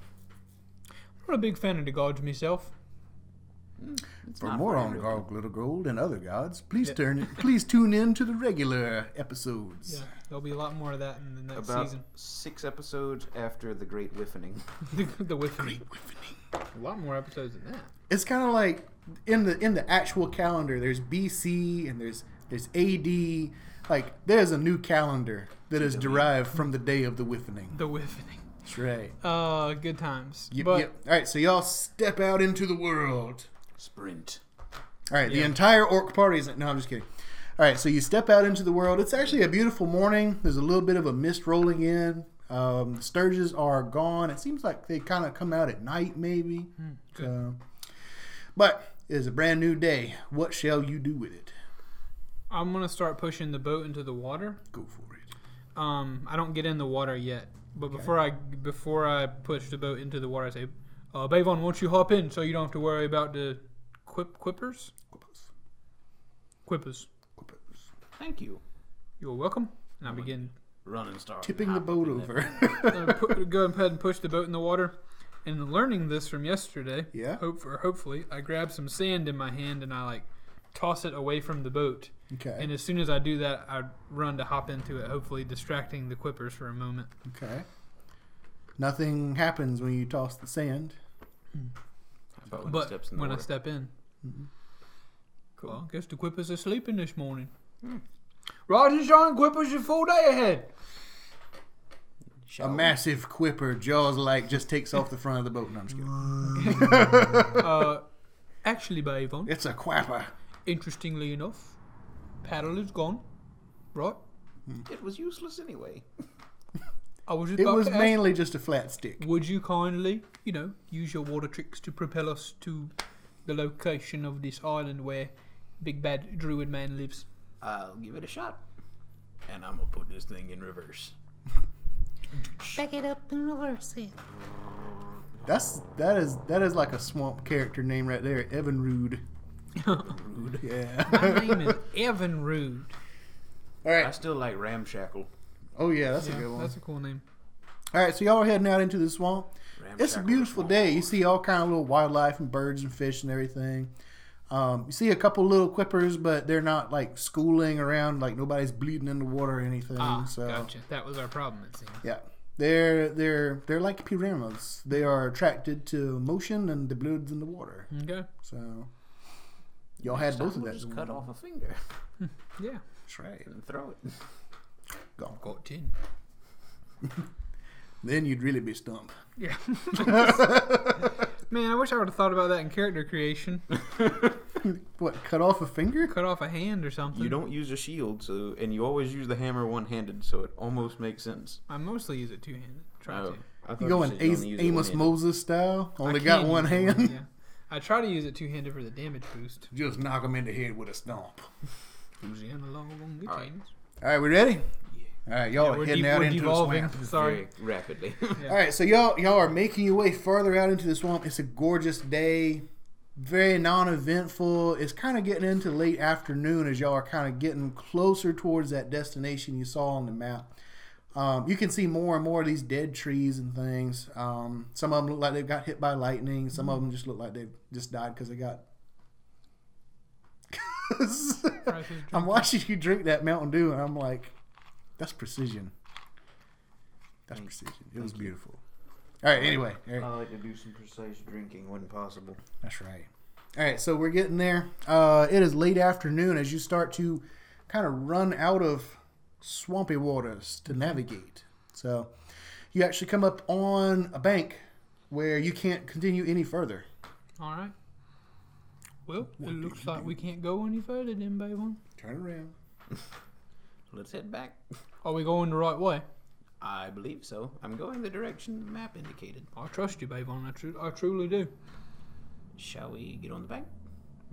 I'm not a big fan of the gods myself. It's For not more very on real. Garg Little Gold and other gods, please turn please tune in to the regular episodes. Yeah, there'll be a lot more of that in the next About season. *laughs* six episodes after the Great Whiffening. the whiffing. A lot more episodes than that. It's kind of like in the in the actual calendar. There's BC and there's there's AD. Like there's a new calendar that is derived from the day of the whiffening. The whiffing. That's right. Uh, good times. Yep, but yep. All right, so y'all step out into the world. Sprint. All right, the entire orc party is. No, I'm just kidding. All right, so you step out into the world. It's actually a beautiful morning. There's a little bit of a mist rolling in. Um, the Sturges are gone. It seems like they kind of come out at night, maybe. So, but it is a brand new day. What shall you do with it? I'm gonna start pushing the boat into the water. Go for it. Um, I don't get in the water yet, but before I before I push the boat into the water, I say, uh, Bavon, won't you hop in so you don't have to worry about the quip quippers? Quippers. Thank you. You're welcome. And I begin Run and start. Tipping the boat over. uh, pu- go ahead and push the boat in the water. And learning this from yesterday, *laughs* Yeah. hope or hopefully, I grab some sand in my hand and I like toss it away from the boat. And okay. as soon as I do that, I run to hop into it, hopefully distracting the quippers for a moment. Okay. Nothing happens when you toss the sand. About when but he steps in the when I water. step in, Mm-hmm. cool. Well, I guess the quippers are sleeping this morning. Hmm. Rise and shine, quippers! Your full day ahead. *laughs* A massive quipper, jaws like, just takes off the front of the boat. No, I'm just kidding. uh, actually, Bavon, It's a quapper. interestingly enough, paddle is gone. Right? It was useless anyway. *laughs* I was just It about was to ask mainly just a flat stick. Would you kindly, you know, use your water tricks to propel us to the location of this island where Big Bad Druid Man lives? I'll give it a shot. And I'm gonna put this thing in reverse. Back it up and reverse it. That's that is that is like a swamp character name right there, Evan *laughs* Rude. Rude. Yeah. *laughs* My name is Evan Rude. All I right. still like ramshackle. Oh yeah, that's a Yeah, good one. that's a cool name. All right, so y'all are heading out into the swamp. ramshackle It's a beautiful swamp. day. You see all kind of little wildlife and birds and fish and everything. Um, you see a couple little quippers, but they're not like schooling around. Like nobody's bleeding in the water or anything. Ah, so gotcha. That was our problem, it seems. yeah, they're they're they're like piranhas. They are attracted to motion and the blood's in the water. Okay. So y'all had both of We'll that. just cut off a finger Yeah. That's right. and throw *laughs* it. Gone. Got tin. Then you'd really be stumped. Yeah. Man, I wish I would have thought about that in character creation. What? Cut off a finger? Cut off a hand or something. You don't use a shield, so and you always use the hammer one-handed, so it almost makes sense. I mostly use it two handed. Try Oh, to. I thought You going said you Amos, only use it Amos one-handed. Moses style? Only I got can one use it, hand. yeah. I try to use it two handed for the damage boost. Just knock him in the head with a stomp. Louisiana law won't get Alright. changed. All right, we ready? All right, y'all We're, are de- heading out we're into devolving. the swamp. Sorry. Very *laughs* rapidly. Yeah. All right, so y'all y'all are making your way farther out into the swamp. It's a gorgeous day, very non-eventful. It's kind of getting into late afternoon as y'all are kind of getting closer towards that destination you saw on the map. Um, you can see more and more of these dead trees and things. Um, some of them look like they've got hit by lightning. Some of them just look like they've just died because they got. *laughs* Price is I'm watching you drink that Mountain Dew, and I'm like, that's precision. That's precision. It was beautiful. All right. Anyway, all right. I like to do some precise drinking when possible. That's right. All right, so we're getting there. Uh, it is late afternoon as you start to kind of run out of swampy waters to navigate. So you actually come up on a bank where you can't continue any further. Alright. Well, it looks like we can't go any further then, Bavon. Turn around. Let's head back. Are we going the right way? I believe so. I'm going the direction the map indicated. I trust you, Bavon. I, tru- I truly do. Shall we get on the bank?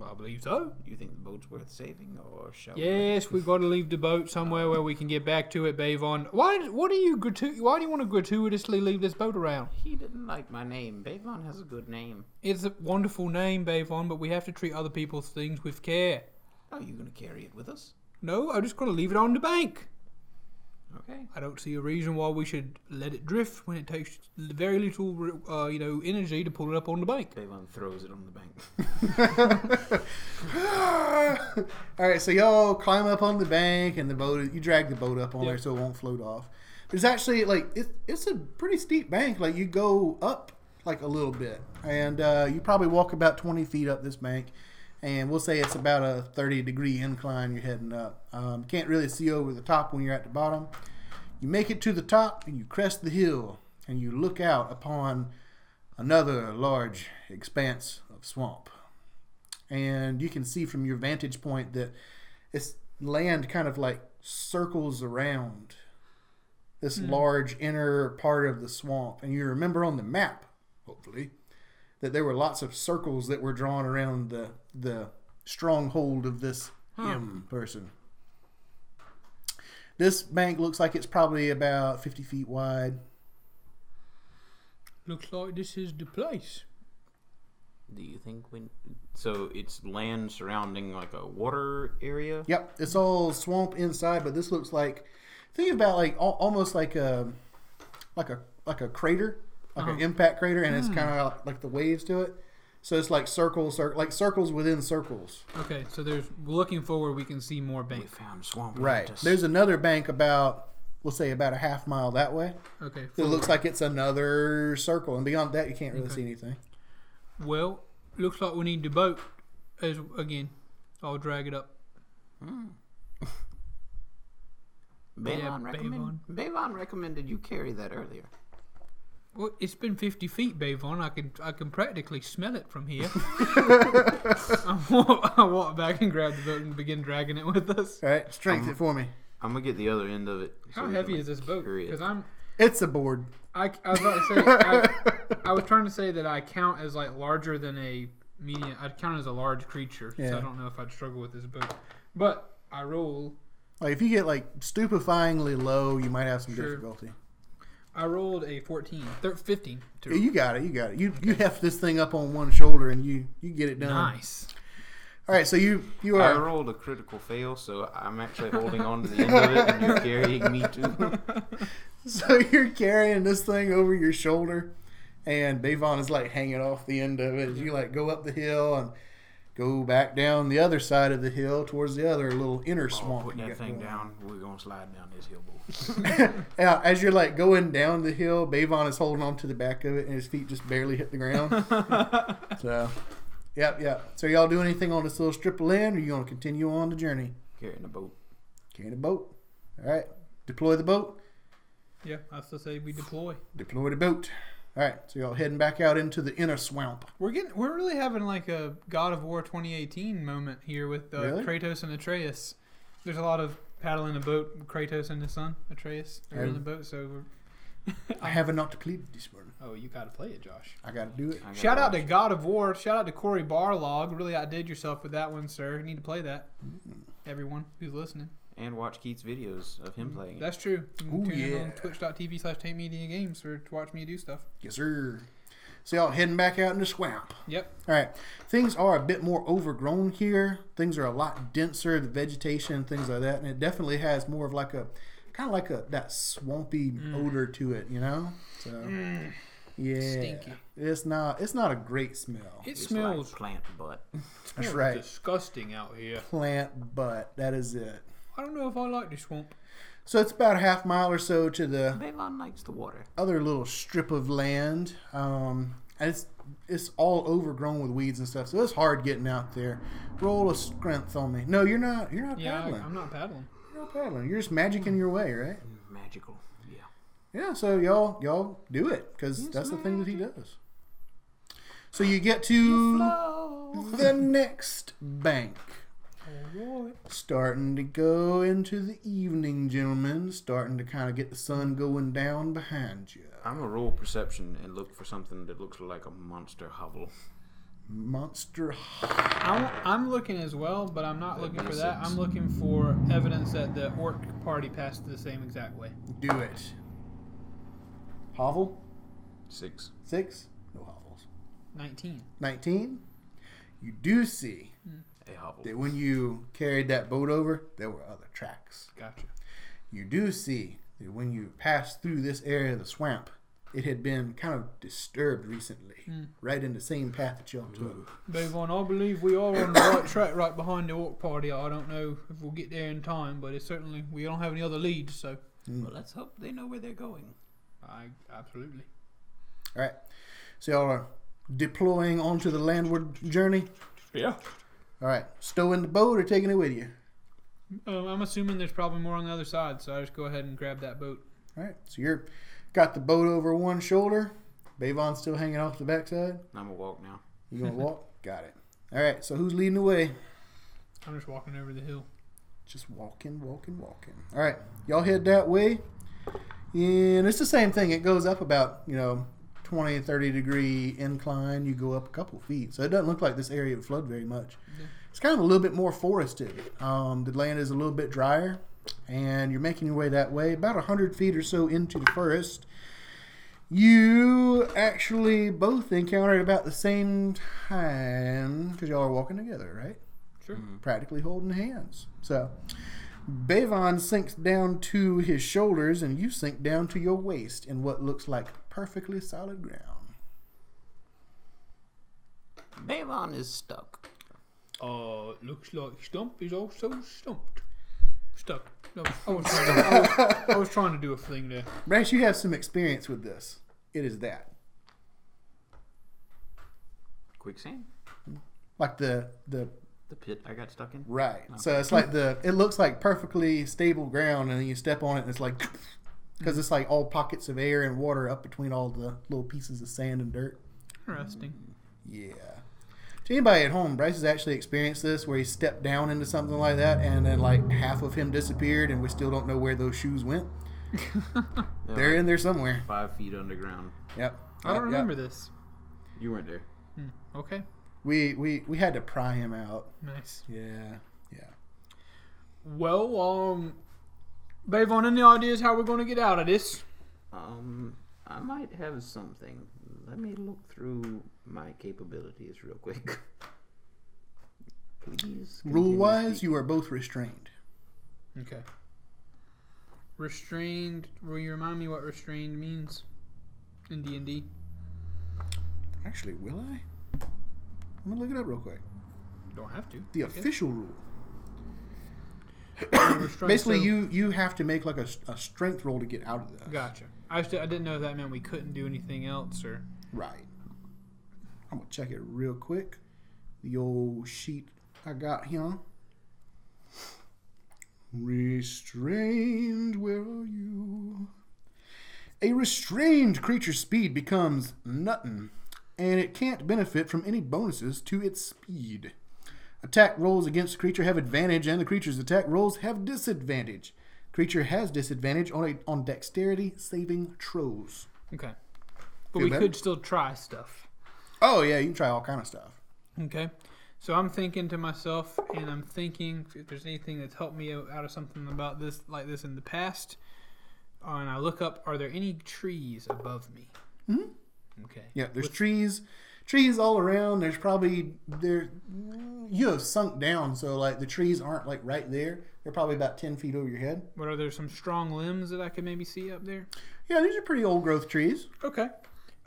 I believe so. You think the boat's worth saving, or shall we? Yes, we've got to leave the boat somewhere where we can get back to it, Bavon. Why? What do you gratu- Why do you want to gratuitously leave this boat around? He didn't like my name. Bavon has a good name. It's a wonderful name, Bavon, but we have to treat other people's things with care. Oh, Are you going to carry it with us? No, I'm just going to leave it on the bank. Okay. I don't see a reason why we should let it drift when it takes very little, uh, you know, energy to pull it up on the bank. Bavon throws it on the bank. *laughs* All right, so y'all climb up on the bank, and the boat. You drag the boat up on there so it won't float off. There's actually like it, it's a pretty steep bank. Like you go up like a little bit, and uh, you probably walk about 20 feet up this bank, and we'll say it's about a 30 degree incline. You're heading up. Um, can't really see over the top when you're at the bottom. You make it to the top, and you crest the hill, and you look out upon another large expanse of swamp and you can see from your vantage point that this land kind of like circles around this large inner part of the swamp. And you remember on the map, hopefully, that there were lots of circles that were drawn around the the stronghold of this M person. This bank looks like it's probably about 50 feet wide. Looks like this is the place. Do you think we? So it's land surrounding like a water area. Yep, it's all swamp inside, but this looks like think about like al- almost like a like a like a crater, like an impact crater, and it's kind of like the waves to it. So it's like circles, cir- like circles within circles. Okay, so there's looking forward, we can see more bank. Found swamp. cactus. There's another bank about we'll say about a half mile that way. Okay, It looks like it's another circle, and beyond that, you can't really see anything. Well, looks like we need the boat. As again, I'll drag it up. Bavon, Yeah, recommend- Bavon recommended you carry that earlier. Well, it's been fifty feet, Bavon. I can I can practically smell it from here. I, walk, I walk back and grab the boat and begin dragging it with us. All right, strength it for me. I'm gonna get the other end of it. so How we can, heavy like, is this boat? carry it. Because I'm It's a board. I, I was about to say I, I was trying to say that I count as like larger than a medium. I'd count as a large creature, so Yeah. I don't know if I'd struggle with this boat. But I roll *laughs* Like if you get like stupefyingly low, you might have some Sure. difficulty. I rolled a 14, thir- 15 to Yeah, You got it. You got it. You you heft this thing up on one shoulder and you you get it done. Nice. All right, so you you I are rolled a critical fail, so I'm actually holding on to the end of it, and you're carrying me *laughs* too. *laughs* so you're carrying this thing over your shoulder, and Bavon is like hanging off the end of it. as You like go up the hill and go back down the other side of the hill towards the other little inner swamp. Oh, Putting you that got thing going. down, we're going to slide down this hill, boy. Yeah, as you're like going down the hill, Bavon is holding on to the back of it, and his feet just barely hit the ground. *laughs* so, yep, yep. So y'all do anything on this little strip of land, or you gonna continue on the journey? Carrying a boat. Carrying a boat. All right. Deploy the boat. Yeah, I still say we deploy. Deploy the boat. All right. So y'all heading back out into the inner swamp. We're getting we're really having like a God of War 2018 moment here with uh, Really? Kratos and Atreus. There's a lot of paddling a boat. Kratos and his son Atreus are in Um, the boat. So we're, I have not depleted this one. oh, you gotta play it, Josh. I gotta do it. I gotta Shout out to watch. God of War. Shout out to Corey Barlog. Really outdid yourself with that one, sir. You need to play that. Everyone who's listening. and watch Keith's videos of him playing. it. That's true. You can Ooh, tune in on yeah. twitch.tv slash Take Media Games or to watch me do stuff. Yes, sir. So y'all heading back out in the swamp. Yep. All right. Things are a bit more overgrown here. Things are a lot denser, the vegetation, things like that, and it definitely has more of like a kind of like a that swampy Mm. odor to it, you know? So yeah. Stinky. It's not it's not a great smell. It It's smells like plant butt. That's right. disgusting out here. Plant butt. That is it. I don't know if I like this swamp. So it's about a half mile or so to the Bavon likes the water. other little strip of land, um, and it's it's all overgrown with weeds and stuff. So it's hard getting out there. Roll a strength on me. No, you're not. You're not Yeah, I, paddling. I'm not paddling. You're not paddling. You're just magicking your way, right? Magical. Yeah. Yeah. So y'all y'all do it because that's the thing that he does. So you get to the next bank. Starting to go into the evening, gentlemen. Starting to kind of get the sun going down behind you. I'm a roll perception and look for something that looks like a monster hovel. Monster. I'm, I'm looking as well, but I'm not looking for makes that. I'm sense. looking for evidence that the orc party passed the same exact way. Do it. Hovel? Six. Six? No hovels. 19. 19? You do see A hovel. that when you carried that boat over, there were other tracks. Gotcha. You do see that when you passed through this area of the swamp, it had been kind of disturbed recently, right in the same path that y'all took. Dave Von, I believe we are on the *coughs* right track right behind the orc party. I don't know if we'll get there in time, but it's certainly, we don't have any other leads, so. Mm. Well, let's hope they know where they're going. I absolutely. All right, so y'all are deploying onto the landward journey. Yeah. All right, stowing the boat or taking it with you. Um, I'm assuming there's probably more on the other side, so I just go ahead and grab that boat. All right, so you're got the boat over one shoulder. Bavon's still hanging off the backside. I'm a walk now. You gonna walk? Got it. All right, so who's leading the way? I'm just walking over the hill. Just walking, walking, walking. All right, y'all head that way. And it's the same thing. It goes up about, you know, 20, 30 degree incline. You go up a couple feet. So it doesn't look like this area would flood very much. It's kind of a little bit more forested. Um, the land is a little bit drier. And you're making your way that way, about 100 feet or so into the forest. You actually both encountered about the same time because y'all are walking together, right? Sure. practically holding hands. So Bavon sinks down to his shoulders and you sink down to your waist in what looks like perfectly solid ground. Bavon is stuck. Uh, looks like Stump is also stumped. Stuck. No, I, was trying to, I, was, I was trying to do a thing there. Brax, you have some experience with this. It is that. Quicksand? Like the the The pit I got stuck in? right. So it's like the it looks like perfectly stable ground and then you step on it and it's like because it's like all pockets of air and water up between all the little pieces of sand and dirt. Interesting. Yeah. To anybody at home, Bryce has actually experienced this where he stepped down into something like that and then like half of him disappeared and we still don't know where those shoes *laughs* went. Yeah, They're in there somewhere. Five feet underground. Yep. I don't Yep, remember yep. this. You weren't there. Okay. We, we we had to pry him out. Nice. Yeah. Yeah. Well, um, Bavon, any ideas how we're going to get out of this? Um, I might have something. Let me look through my capabilities real quick. *laughs* Please. Rule wise, you are both restrained. Okay. Restrained. Will you remind me what restrained means in D and D? Actually, will I? I'm gonna look it up real quick. Don't have to. The official rule. Restrained, Basically, so- you you have to make like a, s- a strength roll to get out of this. Gotcha. I just, I didn't know if that meant we couldn't do anything else or. Right. I'm gonna check it real quick. The old sheet I got here. Restrained, where are you? A restrained creature's speed becomes nothing, and it can't benefit from any bonuses to its speed. Attack rolls against the creature have advantage, and the creature's attack rolls have disadvantage. Creature has disadvantage on a, on dexterity saving throws. Okay. But Feel we better? could still try stuff. Oh yeah, you can try all kind of stuff. Okay. So I'm thinking to myself, and I'm thinking if there's anything that's helped me out of something about this, like this in the past. Uh, and I look up, are there any trees above me? Mm-hmm. Okay. Yeah, there's trees, trees all around. There's probably there. You have sunk down, so like the trees aren't like right there. They're probably about ten feet over your head. What are there some strong limbs that I could maybe see up there? Yeah, these are pretty old growth trees. Okay.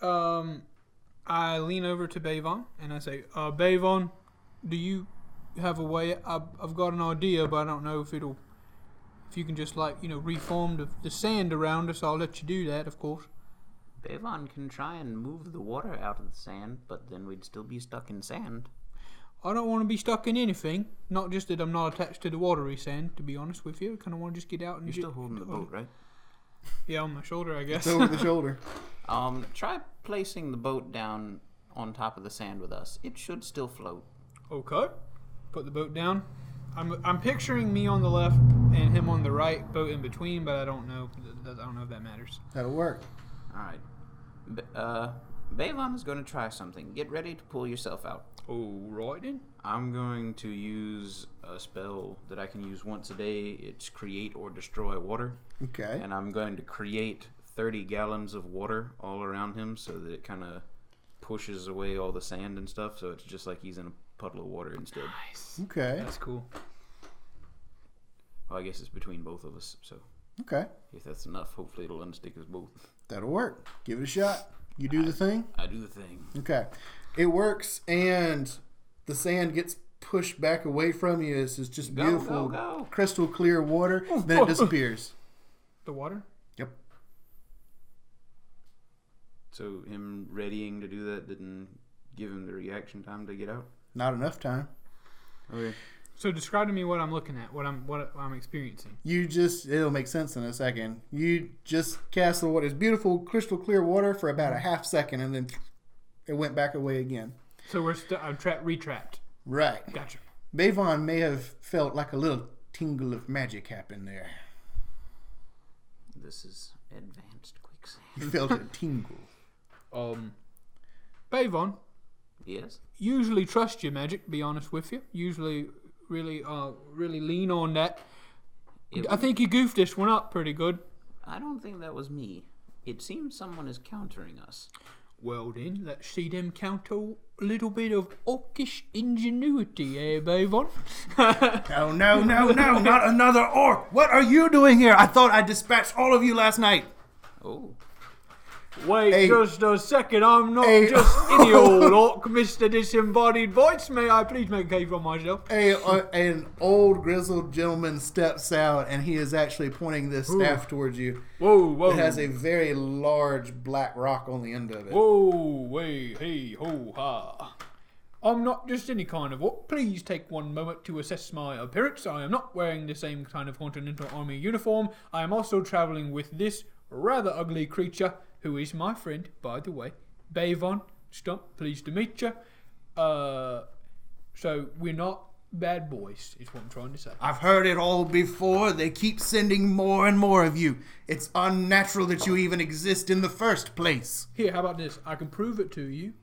Um, I lean over to Bavon and I say, uh, Bavon, do you have a way? I've, I've got an idea, but I don't know if it'll. If you can just, like, you know, reform the, the sand around us, I'll let you do that, of course. Bavon can try and move the water out of the sand, but then we'd still be stuck in sand. I don't want to be stuck in anything. Not just that I'm not attached to the watery sand, to be honest with you. I kind of want to just get out and You're ju- still holding the boat, right? Yeah, on my shoulder, I guess. It's *laughs* over the shoulder. Um, try placing the boat down on top of the sand with us. It should still float. Okay. Put the boat down. I'm, I'm picturing me on the left and him on the right, boat in between, but I don't know. I don't know if that matters. That'll work. All right. B- uh, Bavon is going to try something. Get ready to pull yourself out. Oh, right then. I'm going to use a spell that I can use once a day. It's create or destroy water. Okay. And I'm going to create 30 gallons of water all around him so that it kind of pushes away all the sand and stuff. So it's just like he's in a puddle of water instead. Okay. That's cool. Well, I guess it's between both of us. So Okay. if that's enough, hopefully it'll unstick us both. That'll work. Give it a shot. You do the thing. I do the thing. Okay. It works, and the sand gets pushed back away from you. It's it's just beautiful, go, go. crystal clear water. *laughs* Then it disappears. The water? Yep. So him readying to do that didn't give him the reaction time to get out. Not enough time. Okay. So describe to me what I'm looking at, what I'm what I'm experiencing. You just, it'll make sense in a second. You just cast the water. It's beautiful, crystal clear water for about a half second, and then it went back away again. So we're st- I'm trapped, retrapped. Right. Gotcha. Bavon may have felt like a little tingle of magic happen there. This is advanced quicksand. He *laughs* felt a tingle. Um, Bavon, Yes? usually trust your magic. to Be honest with you. Usually, really, uh, really lean on that. It I think you goofed this one up pretty good. I don't think that was me. It seems someone is countering us. Well then, let's see them count a little bit of orcish ingenuity, eh, Bavon? *laughs* No, no, no, no, not another orc! What are you doing here? I thought I dispatched all of you last night! Oh, Wait Hey. just a second, I'm not Hey. *laughs* just any old orc, Mr. Disembodied Voice. May I please make a for myself? *laughs* A, a- an old grizzled gentleman steps out and he is actually pointing this staff towards you. Whoa, whoa. It has a very large black rock on the end of it. Whoa, hey, hey, ho, ha. I'm not just any kind of orc. Please take one moment to assess my appearance. I am not wearing the same kind of Continental Army uniform. I am also traveling with this rather ugly creature, who is my friend, by the way. Bavon, Stump, pleased to meet you. Uh, so we're not bad boys, is what I'm trying to say. I've heard it all before. They keep sending more and more of you. It's unnatural that you even exist in the first place. Here, how about this? I can prove it to you.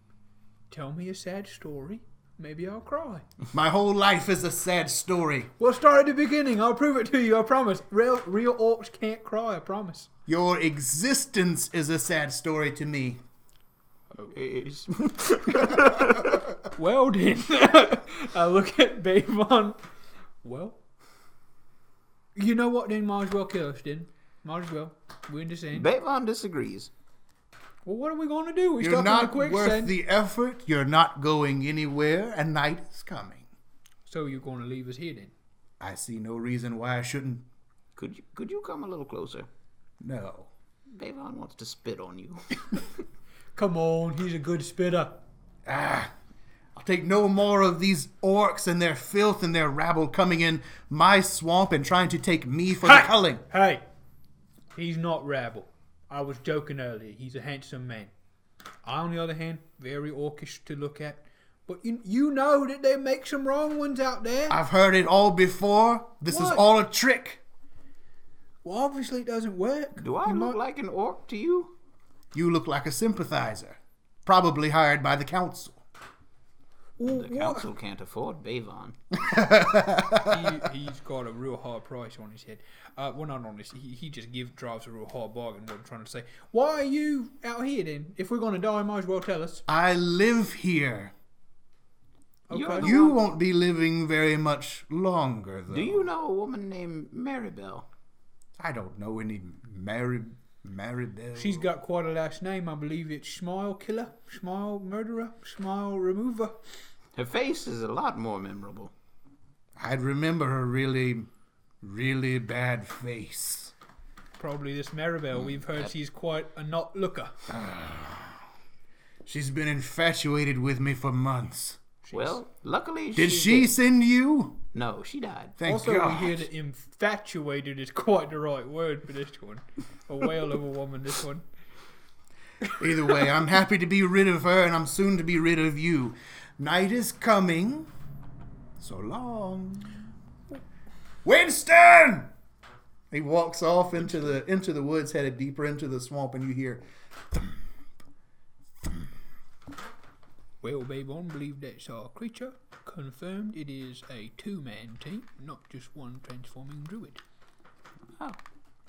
Tell me a sad story. Maybe I'll cry. My whole life is a sad story. Well, start at the beginning. I'll prove it to you. I promise. Real, real orcs can't cry. I promise. Your existence is a sad story to me. *laughs* Well *laughs* then, I Uh, look at Bavon. Well, you know what? Then might as well kill us. Then might as well. We're in the same. Bavon disagrees. well, what are we going to do? We're You're stuck in the not worth quicksand. the effort. You're not going anywhere, and night is coming. so you're going to leave us here then? I see no reason why I shouldn't. Could you could you come a little closer? No. Bavon wants to spit *laughs* on you. Come on, he's a good spitter. Ah, I'll take no more of these orcs and their filth and their rabble coming in my swamp and trying to take me for the culling. Hey, he's not rabble. I was joking earlier. He's a handsome man. I, on the other hand, very orcish to look at. But you, you know that they make some wrong ones out there. I've heard it all before. This is What? all a trick. well, obviously it doesn't work. Do I look like an orc to you? You look like a sympathizer, probably hired by the council. Well, The council can't afford Bavon. what- he, he's got a real hard price on his head. Uh, well, not on his. He, he just gives drives a real hard bargain. What I'm trying to say. Why are you out here then? If we're gonna die, might as well tell us. I live here. You're Okay. the You won't be living very much longer, though. Do you know a woman named Maribel? I don't know any Mary Maribel. She's got quite a last name. I believe it's Smile Killer, Smile Murderer, Smile Remover. Her face is a lot more memorable. I'd remember her really, really bad face. Probably this Maribel. We've heard she's quite a not looker. She's been infatuated with me for months. Well, luckily Did she send you? No, she died. Thank Also, God. we hear that infatuated is quite the right word for this one. A whale of a woman, this one. Either way, I'm happy to be rid of her, and I'm soon to be rid of you. Night is coming. So long, Winston. He walks off into the into the woods, headed deeper into the swamp, and you hear. thump, thump, Well, babe, I believe that's our creature. Confirmed it is a two man team, not just one transforming druid. Oh,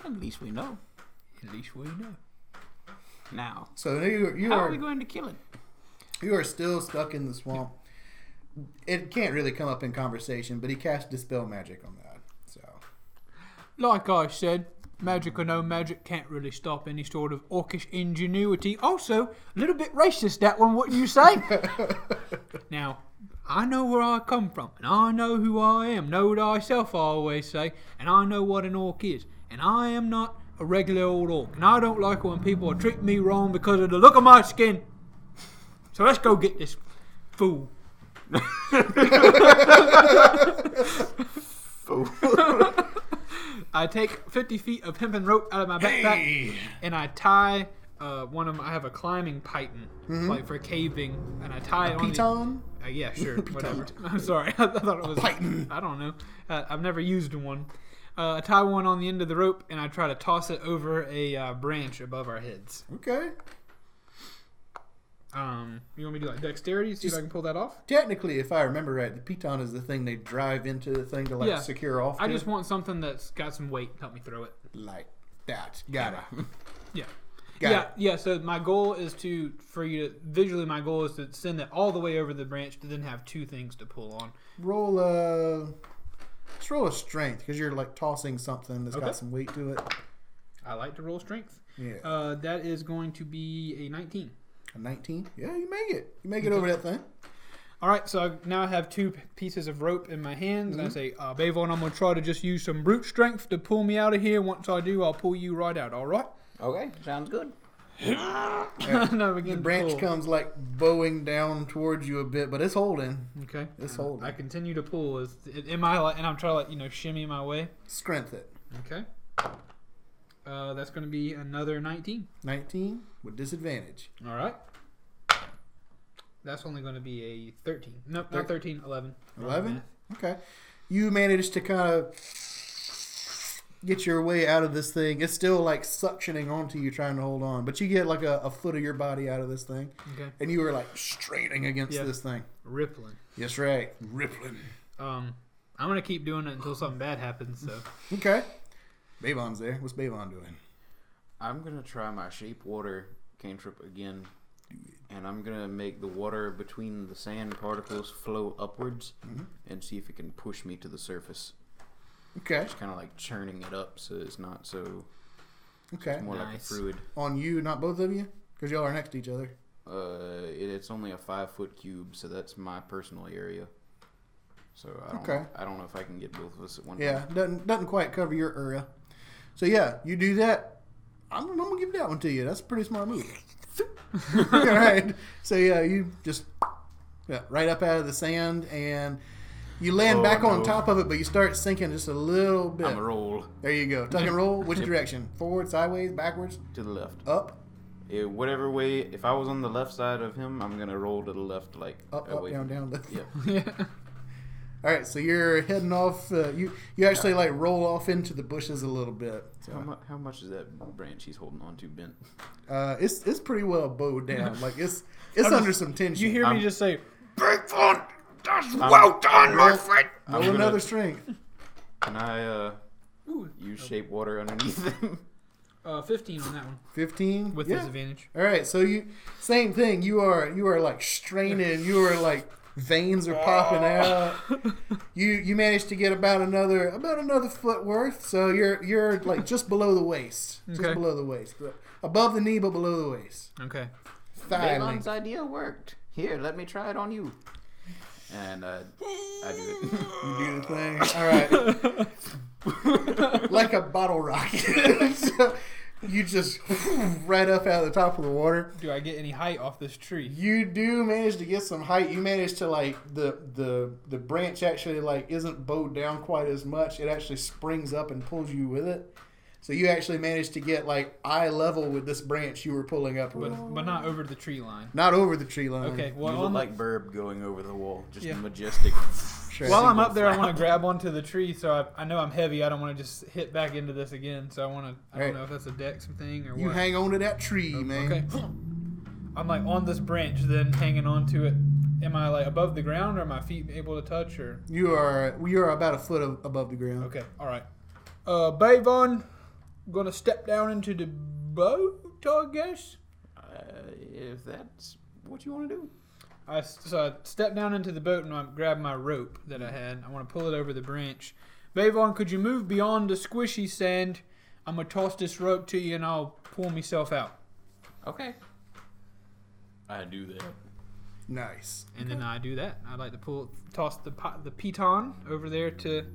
at least we know. At least we know. Now, So you, you how are are we going to kill it? you are still stuck in the swamp. It can't really come up in conversation, but he cast dispel magic on that. So Like I said, magic or no magic can't really stop any sort of orcish ingenuity. Also, a little bit racist, that one, wouldn't you say? now, I know where I come from, and I know who I am. Know thyself, I always say, and I know what an orc is. And I am not a regular old orc, and I don't like it when people treat me wrong because of the look of my skin. So let's go get this fool. *laughs* I take 50 feet of hempen rope out of my backpack and I tie uh, one of my, I have a climbing python, like for caving, and I tie it on. the- Piton, *laughs* uh, yeah, sure, whatever. I'm sorry. *laughs* I thought it was. python. I don't know. Uh, I've never used one. Uh, I tie one on the end of the rope and I try to toss it over a uh, branch above our heads. Okay. Um, you want me to do like dexterity? See if I can pull that off. Technically, if I remember right, the piton is the thing they drive into the thing to like Yeah. secure off. I to. just want something that's got some weight. Help me throw it. like that. Gotta. *laughs* Yeah. Got yeah, it. yeah. So my goal is to, for you to visually, my goal is to send it all the way over the branch to then have two things to pull on. roll a. Just roll a strength because you're like tossing something that's Okay. got some weight to it. I like to roll strength. Yeah. Uh, that is going to be a 19. a 19. Yeah, you make it. You make it over that thing. All right, so I now have two p- pieces of rope in my hands, and I say, uh, Bavon, I'm going to try to just use some brute strength to pull me out of here. Once I do, I'll pull you right out, all right? Okay, sounds good. *laughs* no, we The branch comes like bowing down towards you a bit, but it's holding. Okay. It's holding. Uh, I continue to pull. Is, am I like, and I'm trying to, like, you know, shimmy my way. Strength it. Okay. Uh, that's going to be another 19. 19 with disadvantage. All right. That's only going to be a 13. Nope, not 13, 11. Wrong 11? math. Okay. You manage to kind of get your way out of this thing. It's still like suctioning onto you, trying to hold on, but you get like a, a foot of your body out of this thing, Okay. and you are like straining against Yeah. this thing. Rippling. Yes, right. Rippling. Um, I'm going to keep doing it until something bad happens, so. Okay. Bavon's there. What's Bavon doing? I'm gonna try my shape water cantrip again, and I'm gonna make the water between the sand particles flow upwards, Mm-hmm. and see if it can push me to the surface. Okay. Just kind of like churning it up so it's not so Okay. more like a Nice. fluid. On you, not both of you? Because y'all are next to each other. Uh, it, it's only a five foot cube, so that's my personal area. So I don't, Okay. I don't know if I can get both of us at one Yeah, time. doesn't doesn't quite cover your area. So yeah, you do that. I'm, I'm gonna give that one to you. That's a pretty *laughs* smart move. *laughs* All right. So yeah, you just yeah, right up out of the sand and you land Oh, back on no. top of it, but you start sinking just a little bit. I'm a roll There you go. Tuck and roll. Which direction? Forward, sideways, backwards, to the left. up, Eh, whatever way, if I was on the left side of him, I'm gonna roll to the left, like up, up, away down, from- down, left. Yeah. All right. So you're heading off. Uh, you you actually like roll off into the bushes a little bit. How, mu- how much is that branch he's holding on to bent? Uh, it's it's pretty well bowed down. Like it's it's under some tension. You hear me I'm- just say, Um, well done, my friend. Roll another strength. Can I uh, ooh, use shape water underneath *laughs* him? uh, 15 on that one Fifteen with yeah. disadvantage. All right, so you same thing. You are you are like straining. You are like veins are popping out. *laughs* You you managed to get about another about another foot worth. So you're you're like just below the waist, just Okay. below the waist, above the knee but below the waist. Okay. Thigh Balon's length. idea worked. Here, let me try it on you. And uh, I do it. *laughs* *laughs* You do the thing. All right. like a bottle rocket. *laughs* so you just *laughs* right up out of the top of the water. Do I get any height off this tree? You do manage to get some height. You manage to like the the the branch actually like isn't bowed down quite as much. It actually springs up and pulls you with it. So you actually manage to get like eye level with this branch you were pulling up with. But, but not over the tree line. Not over the tree line. Okay, You well, look on the- like Burb going over the wall, just Yeah. majestic. Sure. while I'm up there, I want to grab onto the tree, so I, I know I'm heavy. I don't want to just hit back into this again, so I want to, I don't Right. know if that's a dex thing or you what. hang on to that tree, man. Okay. I'm like on this branch, then hanging on to it. Am I like above the ground, or are my feet able to touch? Or You are you are about a foot ab- above the ground. okay, all right. Uh, Bavon, gonna step down into the boat, I guess. Uh, if that's what you want to do. I s- so I step down into the boat and I grab my rope that I had. I want to pull it over the branch. Bavon, could you move beyond the squishy sand? I'm gonna toss this rope to you, and I'll pull myself out. Okay. I do that. Nice. And then I do that. I'd like to pull, toss the pi- the piton over there to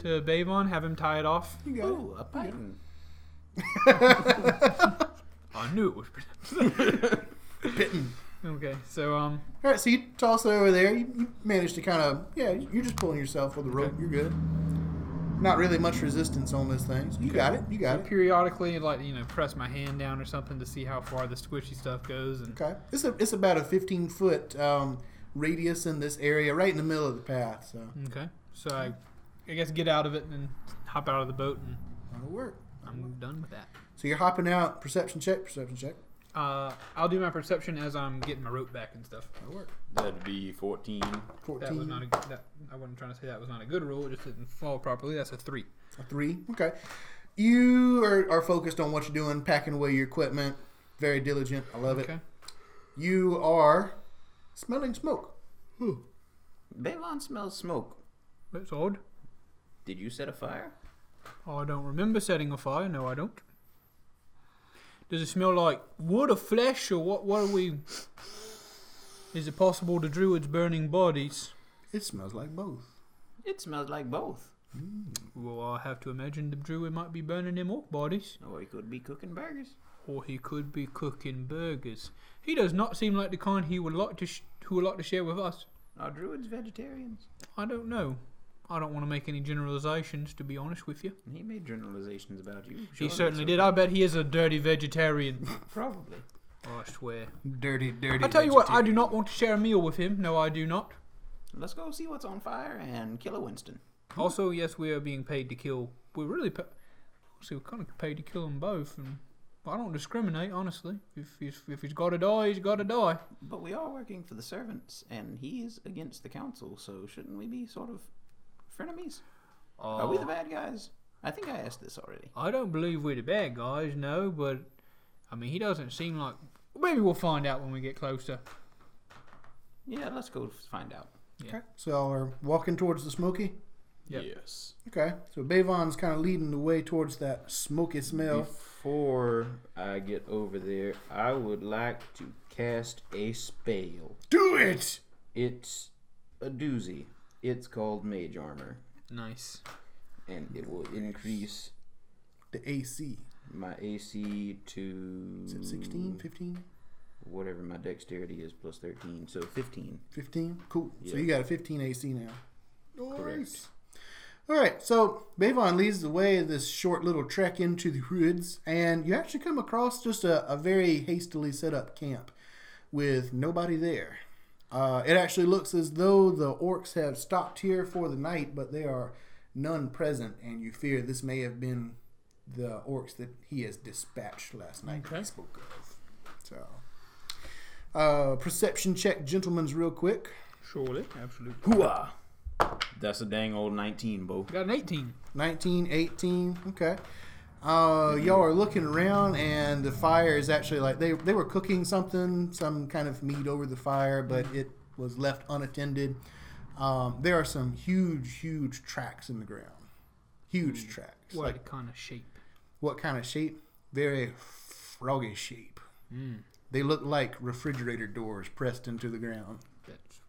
to Bavon, have him tie it off. You got Ooh, a python. I knew it was *laughs* Okay, so um, it. All right, so you toss it over there. You, you manage to kind of yeah. You're just pulling yourself with the rope. You're good. Not really much resistance on those things. You got it. You got it. periodically, like you know, press my hand down or something to see how far the squishy stuff goes, and Okay. It's a, it's about a 15 foot um, radius in this area, right in the middle of the path. So okay, so I, I guess get out of it and hop out of the boat, and that'll work. I'm done with that. So you're hopping out. Perception check. Perception check. Uh, I'll do my perception as I'm getting my rope back and stuff. That'll work. That'd be 14. 14. That was not a that I wasn't trying to say that was not a good rule. It just didn't fall properly. That's a three. A three. Okay. You are, are focused on what you're doing, packing away your equipment. Very diligent. I love Okay. it. You are smelling smoke. Bavon smells smoke. That's odd. Did you set a fire? I don't remember setting a fire. No, I don't. Does it smell like wood or flesh or what? What are we? Is it possible the druids burning bodies? It smells like both. It smells like both. Well, I have to imagine the druid might be burning them orc bodies, Or he could be cooking burgers. or he could be cooking burgers. He does not seem like the kind he would like to sh- who would like to share with us. Are druids vegetarians? I don't know. I don't want to make any generalizations, to be honest with you. He made generalizations about you. He surely, certainly so- did. I bet he is a dirty vegetarian. *laughs* Probably. I swear. Dirty, dirty. I tell you what, I do not want to share a meal with him. No, I do not. Let's go see what's on fire and kill a Winston. Also, yes, we are being paid to kill. We're really, pa- see, we're kind of paid to kill them both, and I don't discriminate, honestly. If he's, if he's got to die, he's got to die. But we are working for the servants, and he's against the council, so shouldn't we be sort of frenemies? Are Uh, we the bad guys? I think I asked this already. I don't believe we're the bad guys, no, but I mean, he doesn't seem like. Maybe we'll find out when we get closer. Yeah, let's go find out. Okay. So y'all are walking towards the smoky. Yep. Yes. Okay. So Bavon's kind of leading the way towards that smoky Mm-hmm. smell. Before I get over there, I would like to cast a spell. Do it. It's a doozy. It's called Mage Armor, Nice. and it will increase The AC. my AC to Is it 16, 15, whatever my dexterity is plus 13, so 15. 15? Cool. So Yeah. you got a 15 AC now. Correct. All right, so Bavon leads the way this short little trek into the woods, and you actually come across just a, a very hastily set up camp with nobody there. Uh, it actually looks as though the orcs have stopped here for the night, but there are none present, and you fear this may have been the orcs that he has dispatched last night that he Okay. spoke of. So, uh, perception check, gentlemen's, real quick. Surely. Absolutely. Hooah! That's a dang old 19, Bo. Got an 18. 19, 18. Okay. Uh, y'all are looking around, and the fire is actually like they, they were cooking something, some kind of meat over the fire, but it was left unattended. Um, there are some huge, huge tracks in the ground. Huge tracks. What Like kind of shape? what kind of shape? Very froggy shape. They look like refrigerator doors pressed into the ground. That's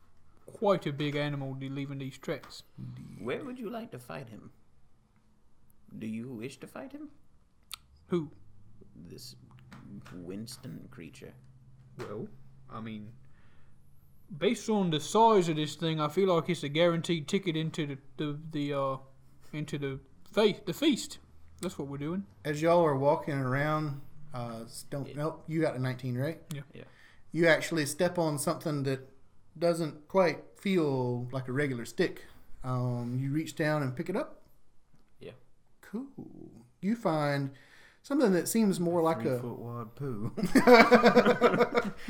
quite a big animal de- leaving these tracks. Where would you like to fight him? Do you wish to fight him? Who? This Winston creature. Well, I mean, based on the size of this thing, I feel like it's a guaranteed ticket into the the, the uh into the fe- the feast. That's what we're doing. As y'all are walking around, uh, don't nope, you got a 19, right? Yeah. you actually step on something that doesn't quite feel like a regular stick. Um, you reach down and pick it up. Yeah. Cool. You find something that seems more like Three a foot wide *laughs* poo.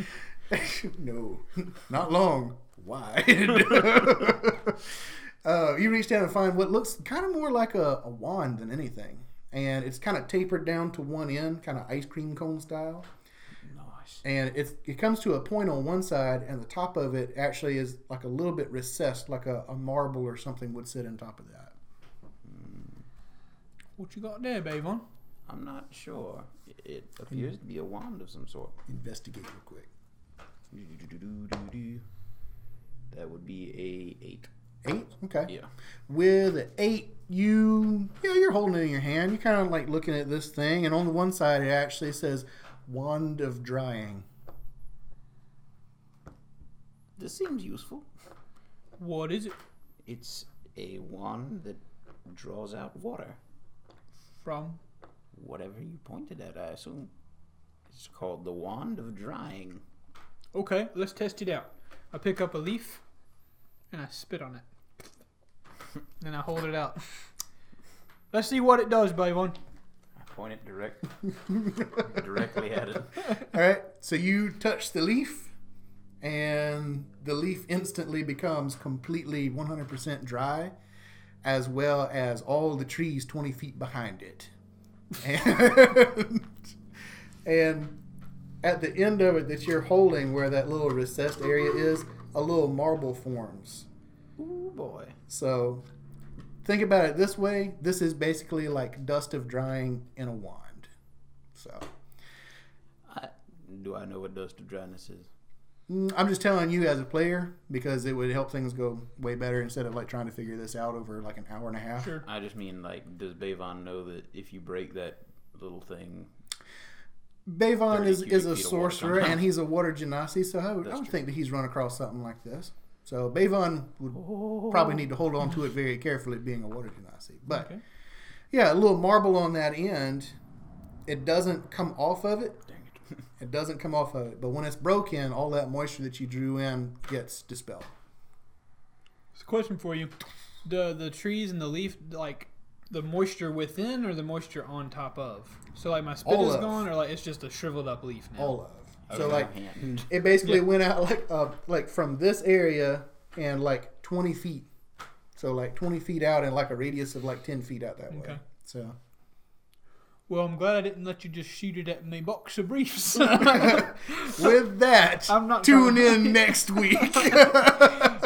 *laughs* no, not long. Wide. uh, you reach down and find what looks kind of more like a, a wand than anything. And it's kind of tapered down to one end, kind of ice cream cone style. nice. And it's, it comes to a point on one side, and the top of it actually is like a little bit recessed, like a, a marble or something would sit on top of that. What you got there, Bavon? I'm not sure. It- It appears to be a wand of some sort. Investigate real quick. That would be a eight. Eight? Okay. Yeah. with an eight you yeah you're holding it in your hand you're kind of like looking at this thing and on the one side it actually says wand of drying This seems useful. What is it? It's a wand that draws out water. From Whatever you pointed at, I assume. It's called the wand of drying. Okay, let's test it out. I pick up a leaf and I spit on it. Then I hold it out. Let's see what it does, Bavon. I point it *laughs* direct, directly at it. all right so you touch the leaf and the leaf instantly becomes completely 100% dry as well as all the trees 20 feet behind it *laughs* and, and at the end of it that you're holding where that little recessed area is a little marble forms Ooh Oh, boy. So think about it this way this is basically like dust of drying in a wand. So I, do I know what dust of dryness is? mm, I'm just telling you as a player because it would help things go way better instead of like trying to figure this out over like an hour and a half. Sure. I just mean like, does Bavon know that if you break that little thing, Bavon 30 is, cubic is a feet of water sorcerer somehow. and he's a water genasi, so I would, I That's would true. think that he's run across something like this. So Bavon would probably need to hold on to it very carefully being a water genasi. But Okay. yeah, a little marble on that end. It doesn't come off of it. dang it, *laughs* It doesn't come off of it, but when it's broken, all that moisture that you drew in gets dispelled. It's a question for you. The the trees and the leaf like the moisture within or the moisture on top of? So like my spit All is of. gone or like it's just a shriveled up leaf now. All of. Oh, So like hand. it basically Yeah. went out like uh, like from this area and like 20 feet. So like 20 feet out and like a radius of like 10 feet out that way. Okay. So Well, I'm glad I didn't let you just shoot it at me box of briefs. *laughs* Uh, with that, I'm not tune trying- *laughs* in next week.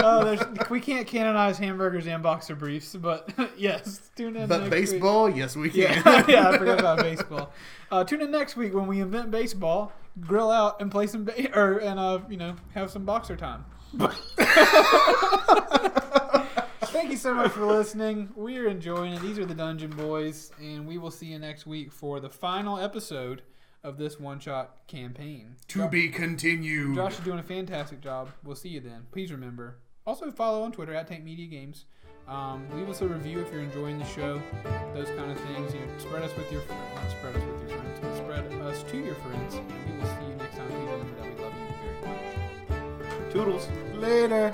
Oh, there's, we can't canonize hamburgers and boxer briefs, but *laughs* yes, tune in. but next week. baseball, yes we can. *laughs* Yeah, *laughs* yeah, I forgot about baseball. Uh, tune in next week when we invent baseball, grill out, and play some ba- or and uh, you know have some boxer time. *laughs* Thank you so much for listening. We are enjoying it. These are the Dungeon Boys, and we will see you next week for the final episode of this one-shot campaign. To be continued. Josh is doing a fantastic job. We'll see you then. Please remember. Also follow on Twitter at Tank Media Games. Um, leave us a review if you're enjoying the show. Those kind of things. You know, spread us with your friends. Not spread us with your friends, but spread us to your friends. And we will see you next time. Please remember that we love you very much. Toodles. Later.